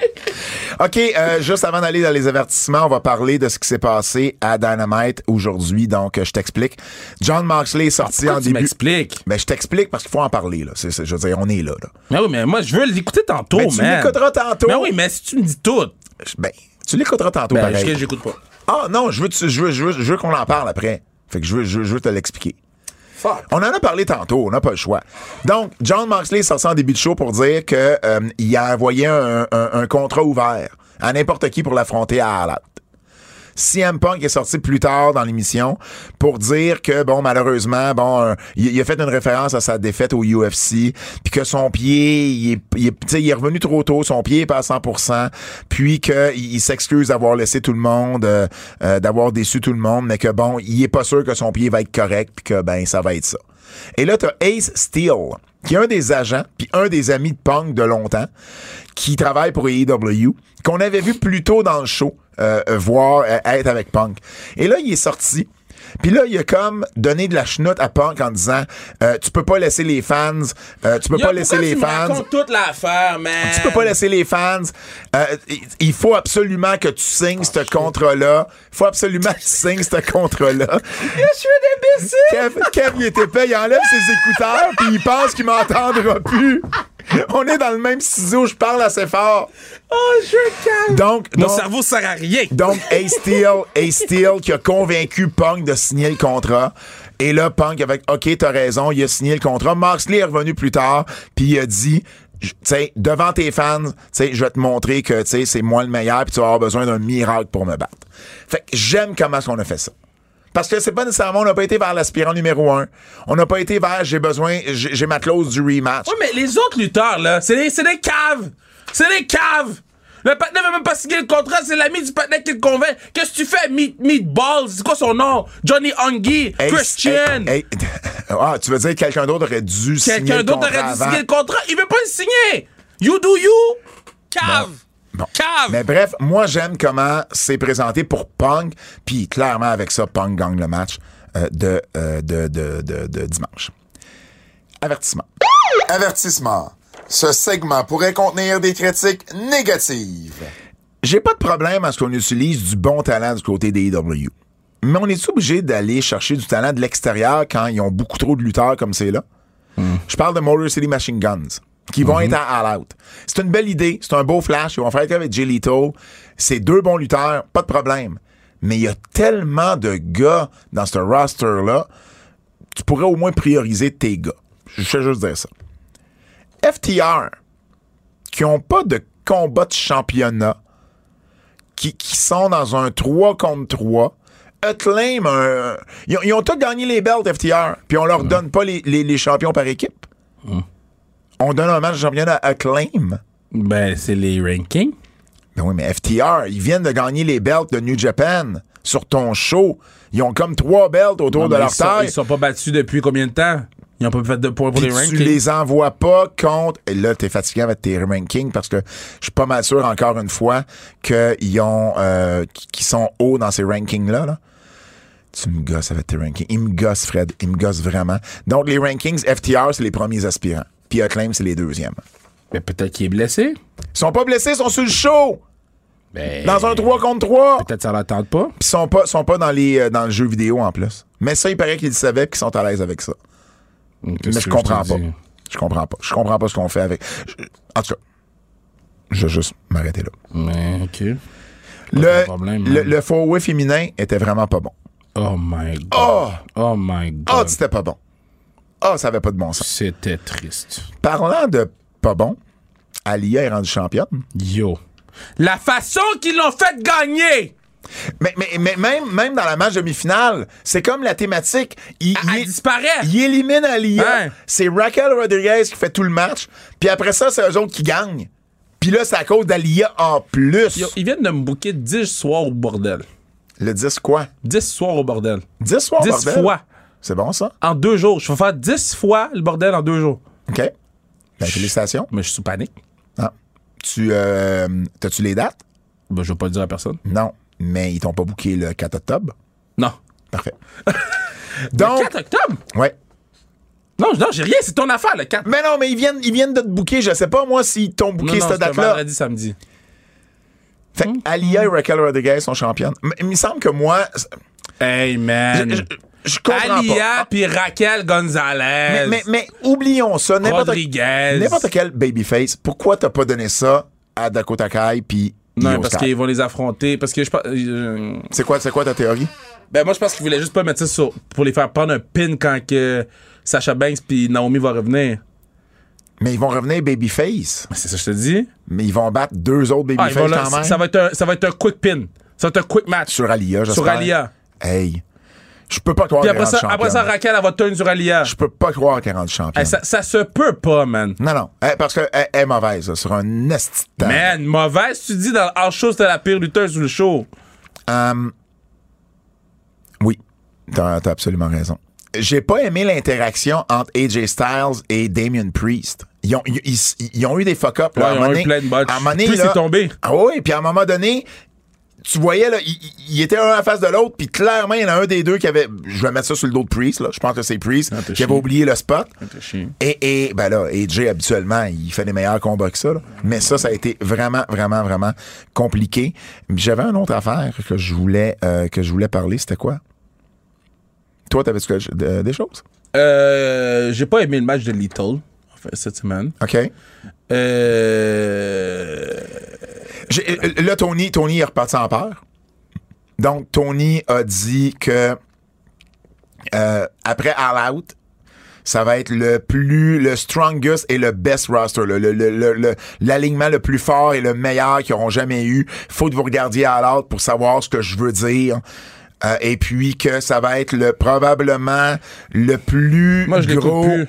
OK, euh, juste avant d'aller dans les avertissements, on va parler de ce qui s'est passé à Dynamite aujourd'hui, donc euh, je t'explique. John Moxley est sorti en Pourquoi tu début... m'expliques? Mais Ben, je t'explique parce qu'il faut en parler, là. C'est- c'est- je veux dire, on est là, là. Mais oui, mais moi, je veux l'écouter tantôt, Mais tu man. l'écouteras tantôt. Mais oui, mais si tu me dis tout, Ben, tu l'écouteras tantôt, ben, pareil. je- j'écoute pas. Ah non, je veux, tu- je veux, je veux, je veux qu'on en parle après. Fait que je veux, je veux, je veux te l'expliquer. On en a parlé tantôt, on n'a pas le choix. Donc, John Moxley sort ça en début de show pour dire que euh, il a envoyé un, un- un contrat ouvert à n'importe qui pour l'affronter à Alat. CM Punk est sorti plus tard dans l'émission pour dire que, bon, malheureusement, bon, un- il, il a fait une référence à sa défaite au UFC, puis que son pied, il est, il est- tu sais, il est revenu trop tôt, son pied est pas à 100%, puis qu'il il il s'excuse d'avoir laissé tout le monde, euh, euh, d'avoir déçu tout le monde, mais que, bon, il est pas sûr que son pied va être correct, puis que, ben, ça va être ça. Et là, t'as Ace Steele, qui est un des agents, puis un des amis de Punk de longtemps, qui travaille pour AEW, qu'on avait vu plus tôt dans le show, euh, euh, voir euh, être avec Punk. Et là, il est sorti. Puis là, il a comme donné de la chenoute à Punk en disant euh, Tu peux pas laisser les fans, euh, tu peux pas laisser les fans. racontes toute l'affaire, man. Tu peux pas laisser les fans. euh, il- il faut absolument que tu signes ce contrat-là. Il faut absolument que tu signes ce contrat-là. Je suis un imbécile. Kev, Kev, il était épais, il enlève ses écouteurs, puis il pense qu'il m'entendra plus. On est dans le même ciseau, je parle assez fort. Oh, je calme. Donc, Mon donc, cerveau sert à rien. donc Ace Steel, Ace Steel qui a convaincu Punk de signer le contrat. Et là, Punk avec OK, t'as raison, il a signé le contrat. Moxley est revenu plus tard, puis il a dit. je- Tu sais, devant tes fans, tu sais, je vais te montrer que tu sais, c'est moi le meilleur, puis tu vas avoir besoin d'un miracle pour me battre. Fait que j'aime comment est-ce qu'on a fait ça. Parce que c'est pas nécessairement, on n'a pas été vers l'aspirant numéro un. On n'a pas été vers j'ai besoin, j'ai j'ai Oh, ma clause du rematch. Ouais, mais les autres lutteurs, là, c'est des, c'est des caves. C'est des caves. Le patinet veut même pas signer le contrat, c'est l'ami du patinet qui le convainc. Qu'est-ce que tu fais, Meat, Meatballs? C'est quoi son nom? Johnny Hungry, Hey, Christian. hey, *laughs* hey. Ah, tu veux dire que quelqu'un d'autre aurait dû signer Quelqu'un le d'autre contrat aurait dû avant. signer le contrat. Il veut pas le signer. You do you. Cave! Bon. Cave! Mais bref, moi j'aime comment c'est présenté pour Punk, puis clairement avec ça, Punk gagne le match euh, de, euh, de, de, de- de dimanche. Avertissement. Avertissement. Ce segment pourrait contenir des critiques négatives. J'ai pas de problème à ce qu'on utilise du bon talent du côté des IW. Mais on est obligé d'aller chercher du talent de l'extérieur quand ils ont beaucoup trop de lutteurs comme c'est là? Je parle de Motor City Machine Guns, qui vont être à All Out. C'est une belle idée, c'est un beau flash, ils vont faire avec Jay Lethal. C'est deux bons lutteurs, pas de problème. Mais il y a tellement de gars dans ce roster-là, tu pourrais au moins prioriser tes gars. Je vais juste dire ça. FTR, qui ont pas de combat de championnat, qui, qui sont dans un 3 contre 3, Acclaim, un- ils, ont- ils ont tous gagné les belts FTR, puis on leur donne pas les, les- les champions par équipe. On donne un match de championnat à Acclaim. Ben, c'est les rankings. Ben oui, mais FTR, ils viennent de gagner les belts de New Japan sur ton show. Ils ont comme trois belts autour de Ah, ben, ils leur sont- taille. Ils sont pas battus depuis combien de temps? Ils n'ont pas fait de points pour les Puis rankings. tu les envoies pas contre. Et là, t'es fatigué avec tes rankings parce que je suis pas mal sûr, encore une fois, qu'ils ont euh, qu'ils sont hauts dans ces rankings-là. là. Tu me gosses avec tes rankings. Ils me gossent, Fred. Ils me gossent vraiment. Donc, les rankings, FTR, c'est les premiers aspirants. Puis Acclaim, c'est les deuxièmes. Mais peut-être qu'il est blessé. Ils sont pas blessés, ils sont sur le show! Ben, Dans un 3 contre 3! Puis peut-être ça l'attend pas. ils sont pas, sont pas dans, les, euh, dans le jeu vidéo en plus. Mais ça, il paraît qu'ils le savaient et qu'ils sont à l'aise avec ça. Mais je comprends pas. Je comprends pas. Je comprends pas ce qu'on fait avec. je- En tout cas, je vais juste m'arrêter là. Mais, OK. Le, de problème, le, man. le four-way féminin était vraiment pas bon. Oh my God. Oh! Oh my Ah, God. c'était pas bon. Ah, ça avait pas de bon sens. C'était triste. Parlant de pas bon, Alia est rendue championne. Yo. La façon qu'ils l'ont fait gagner! Mais, mais, mais même, même dans la match demi-finale, c'est comme la thématique. Il, Elle- il- elle disparaît. Il élimine Alia. Hein? C'est Raquel Rodriguez qui fait tout le match. Puis après ça, c'est eux autres qui gagnent. Puis là, c'est à cause d'Alia en plus. Yo, ils viennent de me bouquer 10 soirs au bordel. Le 10 quoi? 10 soirs au bordel. 10 soirs, 10 bordel? fois. C'est bon, ça? En deux jours. Je vais faire 10 fois le bordel en deux jours. OK. Ben, félicitations. Mais je suis sous panique. Ah. Tu, euh, t'as-tu les dates? Ben, je vais pas le dire à personne. Non. Mais ils t'ont pas booké le 4 octobre. Non. *laughs* Parfait. Donc, 4 octobre? ouais. Non, non, j'ai rien. C'est ton affaire, le 4. Mais non, mais ils viennent, ils viennent de te booker. Je sais pas, moi, s'ils t'ont Non, booké non, cette c'était date-là. vendredi, Hmm. samedi. Fait que Alia et Raquel Rodriguez sont championnes. Mais il me semble que moi, Hey, man. je, je- je comprends Alia pas. Ah, puis Raquel Mais, Gonzalez. mais, mais oublions ça. N'importe Rodriguez. n'importe quel babyface, pourquoi t'as pas donné ça à Dakota Kai puis Non, Io parce Sky? qu'ils vont les affronter. Parce que je pense. euh, C'est quoi, c'est quoi ta théorie? Ben, moi, je pense qu'ils voulaient juste pas mettre ça sur, pour les faire prendre un pin quand que Sacha Banks puis Naomi va revenir. Mais ils vont revenir babyface. Ben, C'est ça, que je te dis. Mais ils vont battre deux autres Ah, ils vont babyface là- quand même. ça, va être un, ça va être un quick pin. Ça va être un quick match. Sur Alia, j'espère. Sur Alia. Hey. Je peux pas croire Puis qu'elle après rentre ça, après ça, championne. Raquel, elle va turn sur Alia. Je peux pas croire qu'elle rentre championne. Hey, ça, ça se peut pas, man. Non, non. Eh, parce qu'elle est mauvaise, là, sur un esti de temps. Man, mauvaise, tu dis dans le hard show, c'était la pire lutteuse sur le show. Hum, oui, t'as t'as absolument raison. J'ai pas aimé l'interaction entre AJ Styles et Damien Priest. Ils ont, ils, ils- ils ont eu des fuck-up. là, Ouais, à un ils ont moment eu donné- plein de botches. à un moment donné, Priest là- est tombé. Ah oui, puis à un moment donné, tu voyais, là, ils- ils ils étaient un en face de l'autre, puis clairement, il y en a un des deux qui avait. Je vais mettre ça sur le dos de Priest, là. Je pense que c'est Priest t'es qui avait chiant. oublié le spot. t'es chiant. Et, et, ben là, AJ, habituellement, il fait des meilleurs combats que ça. là. Mais ça, ça a été vraiment, vraiment, vraiment compliqué. J'avais une autre affaire que je voulais, euh, que je voulais parler. C'était quoi? Toi, t'avais des choses? Euh, j'ai pas aimé le match de Little enfin, cette semaine. OK. Euh, J'ai- euh, Là, Tony, Tony est reparti en peur. Donc, Tony a dit que euh, après All Out, ça va être le plus, le strongest et le best roster, le- le- le- le- le- l'alignement le, plus fort et le meilleur qu'ils auront jamais eu. Faut que vous regardiez All Out pour savoir ce que je veux dire. Euh, et puis que ça va être le probablement le plus moi, je l'écoute gros. plus.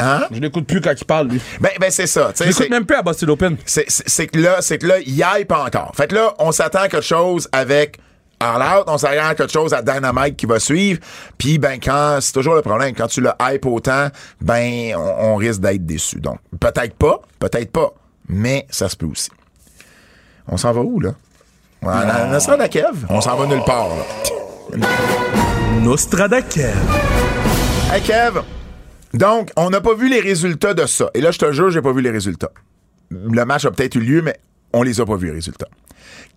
Hein? Je l'écoute plus quand il parle, lui. Ben, ben c'est ça. tu sais, Je c'est- l'écoute même plus à Boston Open. c'est- c'est c'est que là, c'est que là, il hype encore. Fait que là, on s'attend à quelque chose avec All Out, on s'attend à quelque chose à Dynamite qui va suivre. Puis ben quand c'est toujours le problème, quand tu le hype autant, ben on, on risque d'être déçu. Donc peut-être pas, peut-être pas, mais ça se peut aussi. On s'en va où là On on s'en va à Kev. On s'en va nulle part. Là. Nostradakev. Hey Kev, donc, on n'a pas vu les résultats de ça. Et là, je te jure, j'ai pas vu les résultats. Le match a peut-être eu lieu, mais on les a pas vus, les résultats.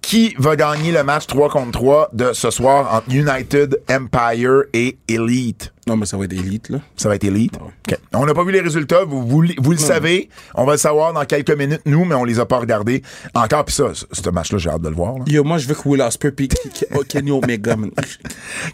Qui va gagner le match 3 contre 3 de ce soir entre United, Empire et Elite? Non, mais ça va être élite, là. Ça va être Elite. OK. On n'a pas vu les résultats, vous, vous, le- vous le savez. On va le savoir dans quelques minutes, nous, mais on les a pas regardés encore. Puis ça, c- ce match-là, j'ai hâte de le voir. là. Yo, moi, je veux que Will Ospreay pis K- K- oh, Kenny Omega, man.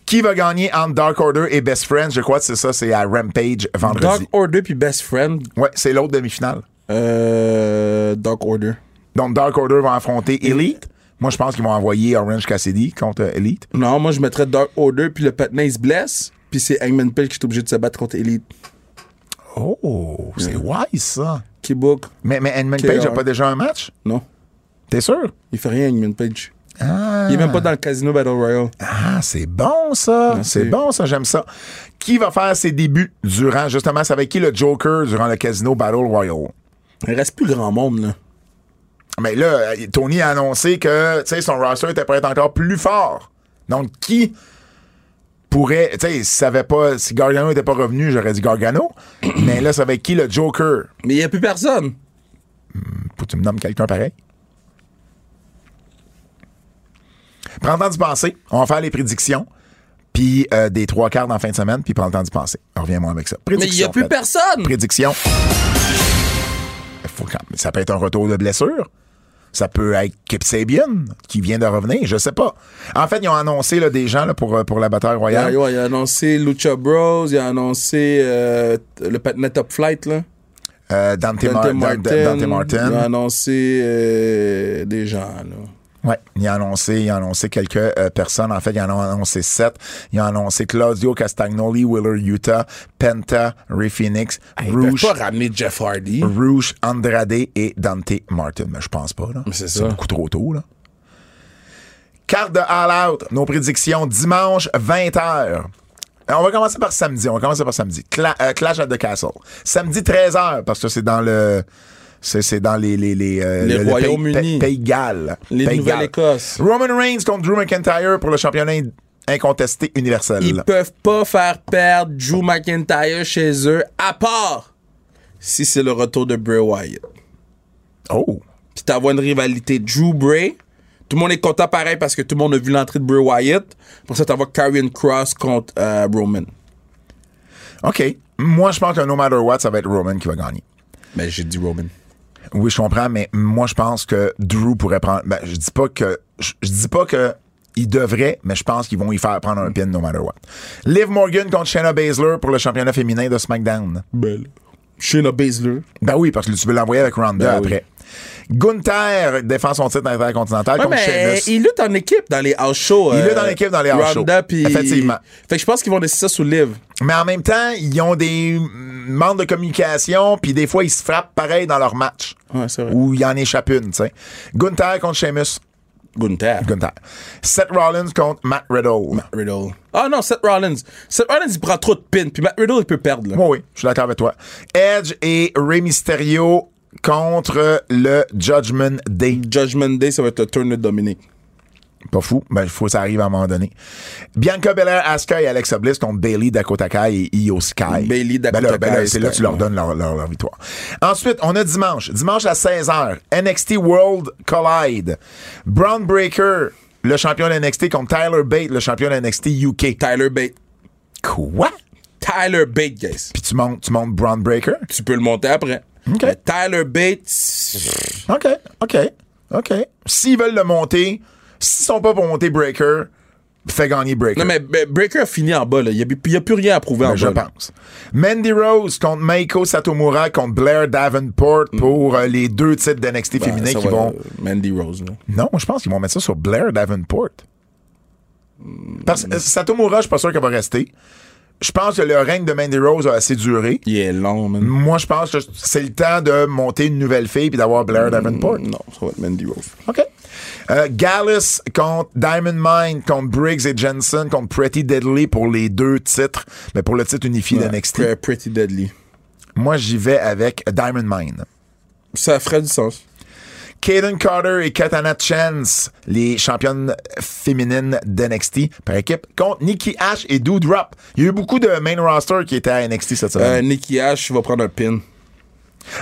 Qui va gagner entre Dark Order et Best Friends? Je crois que c'est ça, c'est à Rampage Dark vendredi. Order puis Best Friend. Ouais, c'est l'autre demi-finale. Euh, Dark Order. Donc, Dark Order va affronter Elite. Moi, je pense qu'ils vont envoyer Orange Cassidy contre euh, Elite. Non, moi, je mettrais Dark Order puis le patin, il se blesse. Puis c'est Hangman Page qui est obligé de se battre contre Elite. Oh, c'est wise, ça. Qui book? Mais, mais Hangman Ok, Page n'a ouais. pas déjà un match? Non. T'es sûr? Il fait rien, Hangman Page. Il est même pas dans le Casino Battle Royale. Ah, c'est bon, ça. C'est bon, ça. J'aime ça. Qui va faire ses débuts durant, justement, c'est avec qui le Joker durant le Casino Battle Royale? Il reste plus grand monde, là. Mais là, euh, Tony a annoncé que, tu sais, son roster était prêt encore plus fort. Donc, qui pourrait, tu sais, savait pas, si Gargano n'était pas revenu, j'aurais dit Gargano. *clears throat* mais là, c'est avec qui le Joker? Mais il y a plus personne. Faut que tu me nommes quelqu'un pareil. Prends le temps d'y penser. On va faire les prédictions. Puis euh, des trois quarts dans la fin de semaine. Puis prends le temps d'y penser. Reviens-moi avec ça. Mais il y Prédiction, a plus Fred. personne. Prédiction. Faut quand- Ça peut être un retour de blessure. Ça peut être Kip Sabian qui vient de revenir. Je sais pas. En fait, ils ont annoncé là, des gens là, pour, euh, pour la bataille royale. Ouais, Ah, ouais, il a annoncé Lucha Bros, il a annoncé euh, t- le patinet Top Flight, là. Euh, Dante, Mar- Dante Dan- Martin. Dante Martin. Il a annoncé euh, des gens, là. Ouais, il a annoncé, il a annoncé quelques euh, personnes. En fait, il en a annoncé sept. Il a annoncé Claudio Castagnoli, Willer Utah, Penta, Ray Phoenix, Rouge, pas ramener Jeff Hardy. Rouge, Andrade et Dante Martin. Mais je pense pas, là. Mais c'est C'est ça. beaucoup trop tôt, là. Carte de All Out, nos prédictions dimanche 20h. On va commencer par samedi. On va commencer par samedi. Cla- euh, Clash at the Castle. Samedi 13h, parce que c'est dans le. C'est c'est dans les. Les, les, euh, Les le- le pays- Royaumes-Unis. Pays de Galles. Les Pays de Galles. Nouvelle-Écosse. Roman Reigns contre Drew McIntyre pour le championnat in- incontesté universel. Ils peuvent pas faire perdre Drew McIntyre chez eux, à part si c'est le retour de Bray Wyatt. Oh! Puis t'avoir une rivalité Drew Bray. Tout le monde est content pareil parce que tout le monde a vu l'entrée de Bray Wyatt. Pour ça, t'avoir Karrion Cross contre euh, Roman. OK. Moi, je pense que no matter what, ça va être Roman qui va gagner. Ben, Mais j'ai dit Roman. Oui, je comprends, mais moi, je pense que Drew pourrait prendre. Ben, je dis pas que. Je, je dis pas que. Il devrait, mais je pense qu'ils vont y faire prendre un pin no matter what. Liv Morgan contre Shayna Baszler pour le championnat féminin de SmackDown. Belle. Ben, Shayna Baszler. Ben oui, parce que tu veux l'envoyer avec Ronda Ben oui. après. Gunther défend son titre intercontinental Ouais, contre mais Sheamus. il lutte en équipe dans les house shows. Il euh, lutte en équipe dans les house Ronda shows. puis- Effectivement. Fait que je pense qu'ils vont laisser ça sous Liv. Mais en même temps, ils ont des mm, manques de communication, puis des fois, ils se frappent pareil dans leur match. Ouais, c'est vrai. Ou ils en échappent une, tu sais. Gunther contre Sheamus. Gunther. Gunther. Seth Rollins contre Matt Riddle. Riddle. Ah non, Seth Rollins. Seth Rollins, il prend trop de pins. Puis Matt Riddle, il peut perdre. Là. Oui, oui, je suis d'accord avec toi. Edge et Rey Mysterio contre le Judgment Day. Judgment Day, ça va être le turn de Dominique. Pas fou, mais il faut que ça arrive à un moment donné. Bianca Belair, Asuka et Alexa Bliss contre Bailey, Dakota Kai et Io Sky. Bayley, Dakota Ben là, ben là, Kai, c'est là que tu leur ouais. donnes leur, leur- leur victoire. Ensuite, on a dimanche. Dimanche à 16h, NXT World Collide. Brown Breaker, le champion de NXT, contre Tyler Bate, le champion de NXT UK. Tyler Bate. Quoi? Tyler Bate, guys. Puis tu montes, tu montes Brown Breaker? Tu peux le monter après. Ok. Mais Tyler Bate, OK, OK, OK. S'ils veulent le monter, s'ils sont pas pour monter Breaker, fais gagner Breaker. Non, mais Be- Breaker a fini en bas, là. Il n'y a, plus rien à prouver en je bas. là. pense. Mandy Rose contre Meiko Satomura contre Blair Davenport pour euh, les deux titres d'NXT Mm. Ben, féminin ça qui va, vont. euh, Mandy Rose, là. Non, je pense qu'ils vont mettre ça sur Mm. Blair Davenport. Parce que euh, Satomura, je suis pas sûr qu'elle va rester. je pense que le règne de Mandy Rose a assez duré. Il est long, man. Moi, je pense que c'est le temps de monter une nouvelle fille puis d'avoir Blair Mm. Davenport. Non, ça va être Mandy Rose. OK. Euh, Gallus contre Diamond Mine, contre Briggs et Jensen, contre Pretty Deadly pour les deux titres, mais pour le titre unifié de d'NXT. Pre- Pretty Deadly. Moi, j'y vais avec Diamond Mine. Ça ferait du sens. Kaden Carter et Katana Chance, les championnes féminines d'NXT par équipe, contre Nikki Ash et Doudrop. Il y a eu beaucoup de main roster qui étaient à NXT cette semaine. Euh, Nicky Ash va prendre un pin.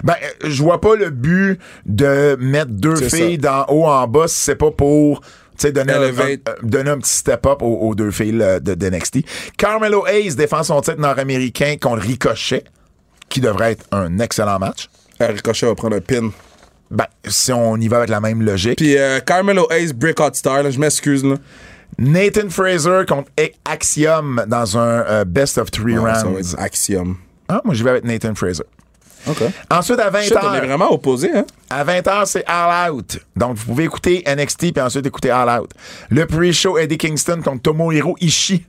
Ben, euh, je vois pas le but de mettre deux C'est filles d'en haut en bas si c'est pas pour tu sais, donner, un- Elevate. un- euh, donner un petit step-up aux, aux deux filles là, de, de NXT. Carmelo Hayes défend son titre nord-américain contre Ricochet, qui devrait être un excellent match. Euh, Ricochet va prendre un pin. Ben, si on y va avec la même logique. Puis euh, Carmelo Hayes, Breakout Star, là, je m'excuse. là. Nathan Fraser contre A- Axiom dans un euh, best of three Ça va rounds. être Axiom. Ah, moi, j'y vais avec Nathan Fraser. OK. Ensuite, à 20 Shit, on est h vraiment opposés, hein? à 20h, c'est All Out. Donc, vous pouvez écouter NXT puis ensuite écouter All Out. Le pre-show Eddie Kingston contre Tomohiro Ishii.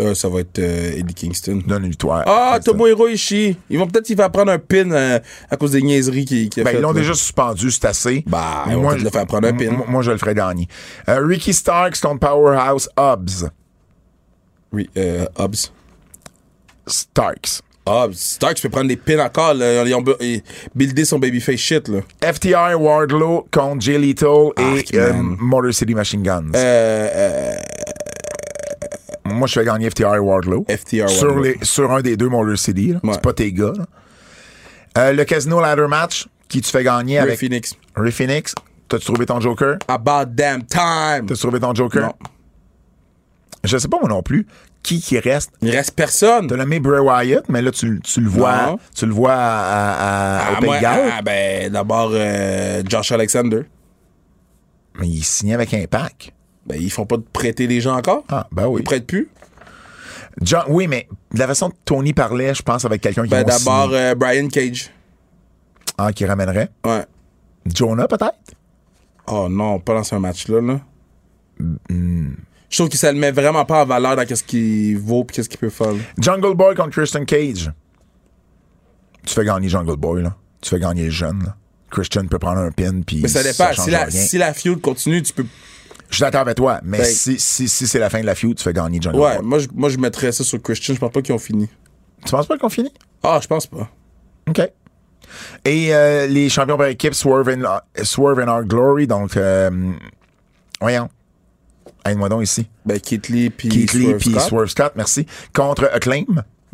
Euh, ça va être euh, Eddie Kingston. Donne une victoire. Ah, Kingston. Tomohiro Ishii. Ils vont peut-être il va prendre un pin euh, à cause des niaiseries qu'il qu'il a Ben, faites, ils l'ont là. déjà suspendu, c'est assez. Bah, ils vont peut-être je- le faire prendre un pin. moi- Moi, je le ferai gagner. Euh, Ricky Starks contre Powerhouse Hobbs. Oui, euh, Hobbs. Starks. Hobbs. Starks peut prendre des pins encore. Là. Ils ont bu- ils- buildé son babyface shit. Là. FTR Wardlow contre Jay Lethal Arc, et euh, man. Motor City Machine Guns. Euh, Moi, je fais gagner FTR Wardlow. FTR sur, Wardlow. les- sur un des deux Motor City. là. Ouais. C'est pas tes gars. là. Euh, le Casino Ladder Match, qui tu fais gagner euh, Ray avec Phoenix. Ray Phoenix. T'as-tu trouvé ton Joker? About damn time. T'as-tu trouvé ton Joker? Non. Je sais pas moi non plus. Qui qui reste? Il reste personne. T'as nommé Bray Wyatt, mais là, tu, tu le vois, Non. tu le vois à, à- à- au Ah, Pays moi, de Galles. ah, ben, d'abord, euh, Josh Alexander. Mais il signait avec Impact. Ben, ils font pas de prêter les gens encore. Ah, ben oui. Ils prêtent plus. John, oui, mais de la façon que Tony parlait, je pense, avec quelqu'un qui Ben, d'abord, euh, Brian Cage. qui ramènerait. Ouais. Jonah, peut-être? Oh non, pas dans un match-là. Là. Mm-hmm. Je trouve que ça le met vraiment pas en valeur dans qu'est-ce qu'il vaut et qu'est-ce qu'il peut faire. là. Jungle Boy contre Christian Cage. Tu fais gagner Jungle Boy, là. Tu fais gagner le jeune, là. Christian peut prendre un pin, puis Mais ça dépend. change si, la, rien. si la feud continue, tu peux. Je suis d'accord avec toi, mais Ben- si, si, si c'est la fin de la feud, tu fais gagner Jungle Ouais, Boy. moi je, moi je mettrais ça sur Christian. Je pense pas qu'ils ont fini. Tu penses pas qu'on finit? Ah, je pense pas. OK. Et euh, les champions par équipe, Swerve and, Swerve and Our Glory, donc... euh, voyons. Aide-moi donc ici. Ben, Keith Lee puis Keith Lee Swerve puis Scott. Swerve Scott, merci. Contre Acclaim.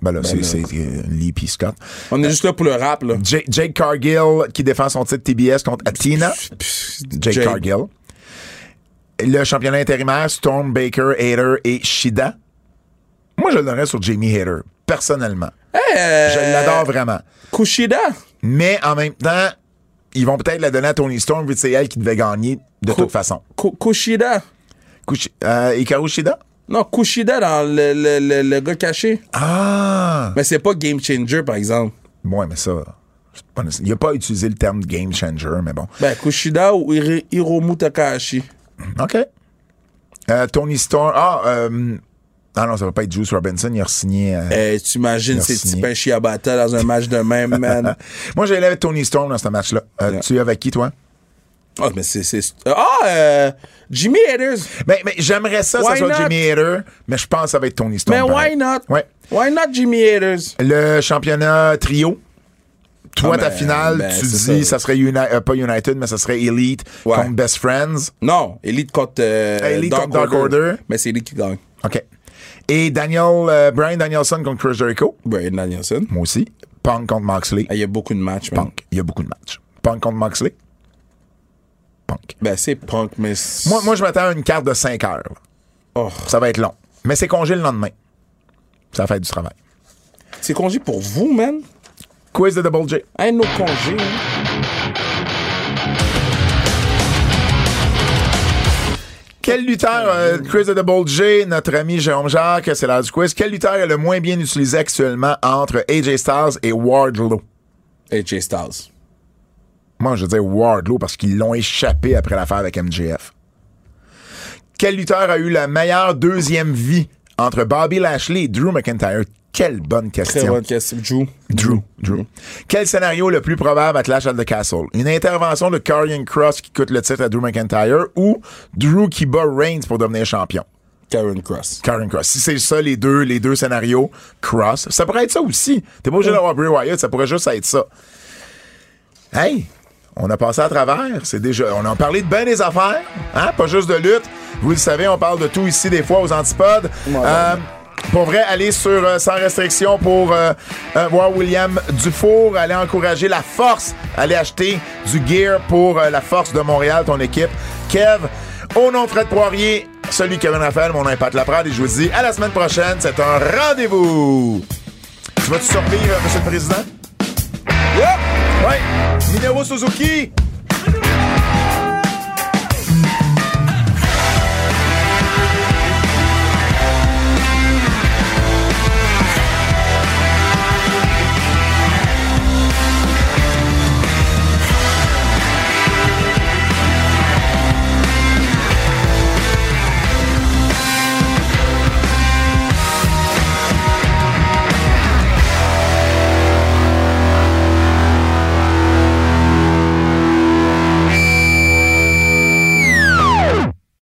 Ben là, c'est là. c'est, euh, Lee puis Scott. On est juste là pour le rap, là. Ja- Jake Cargill qui défend son titre TBS contre Athena. Jake Jake. Cargill. Le championnat intérimaire, Storm Baker, Hater et Shida. Moi, je le donnerais sur Jamie Hater, personnellement. Hey, euh, Je l'adore vraiment. Kushida. Mais en même temps, ils vont peut-être la donner à Tony Storm, vu que c'est elle qui devait gagner de toute façon. Ku- Kushida. Kushi- euh, Hikaru Shida? Non, Kushida dans le, le, le, le gars caché. Ah! Mais c'est pas Game Changer, par exemple. Ouais, mais ça. c'est pas nécessaire. Il n'a pas utilisé le terme de game changer, mais bon. Ben, Kushida ou Hiro- Hiromu Takahashi. OK. Euh, Tony Storm. Ah, euh, ah non, ça va pas être Juice Robinson. Il a euh. signé. Eh, t'imagines ces Merci. petits pains Chiabata dans un match de *laughs* même, man. Moi, j'allais avec Tony Storm dans ce match-là. Euh, Yeah. Tu es avec qui, toi? Ah, mais c'est. c'est- Ah, euh, Jimmy Haters. Ben, mais j'aimerais ça, ça Why soit not? Jimmy Hater, mais je pense que ça va être Tony Storm. Mais pareil. why not? ben, Ouais. Why not Jimmy Haters? Le championnat trio. Toi, Ah, ta ben, finale, ben, tu dis, c'est ça, ça. serait Uni- euh, pas United, mais ça serait Elite Ouais. contre Best Friends. Non, Elite contre, euh, Ah, Elite contre Dark Order. Mais c'est Elite qui gagne. OK. Et Daniel, euh, Brian Danielson contre Chris Jericho. Brian Danielson. Moi aussi. Punk contre Moxley. Ah, Il y a beaucoup de matchs, man. Punk. Il y a beaucoup de matchs. Punk contre Moxley. Punk. Ben, c'est punk, mais. c'est- Moi, moi je m'attends à une carte de 5 heures. là. Oh, Ça va être long. Mais c'est congé le lendemain. Ça fait du travail. c'est congé pour vous, man. Quiz de Double J. Un de nos congés. hein. Quel lutteur, euh, quiz de Double J, notre ami Jérôme Jacques, c'est l'heure du quiz. Quel lutteur est le moins bien utilisé actuellement entre AJ Styles et Wardlow? AJ Styles. Moi, je veux dire Wardlow parce qu'ils l'ont échappé après l'affaire avec MJF. Quel lutteur a eu la meilleure deuxième vie entre Bobby Lashley et Drew McIntyre? Quelle bonne Très question. bonne question. Drew. Drew. Drew. Quel scénario le plus probable à Clash at the Castle? Une intervention de Karrion Cross qui coûte le titre à Drew McIntyre ou Drew qui bat Reigns pour devenir champion? Karen Cross. Karen Cross. Si c'est ça, les deux, les deux scénarios, Cross. Ça pourrait être ça aussi. T'es pas obligé Oh. d'avoir Bray Wyatt, ça pourrait juste être ça. Hey! On a passé à travers, c'est déjà. On a parlé de bien des affaires, hein? Pas juste de lutte. Vous le savez, on parle de tout ici des fois aux antipodes. Euh, pour vrai, allez sur euh, Sans Restriction pour euh, euh, voir William Dufour, allez encourager la force, allez acheter du gear pour euh, la force de Montréal, ton équipe. Kev, au nom de Fred Poirier, celui Kevin Raphaël, mon impact Laprade, et je vous dis à la semaine prochaine, c'est un rendez-vous! Tu vas-tu survivre, euh, Monsieur le Président? Yep! Ouais! Minoru Suzuki!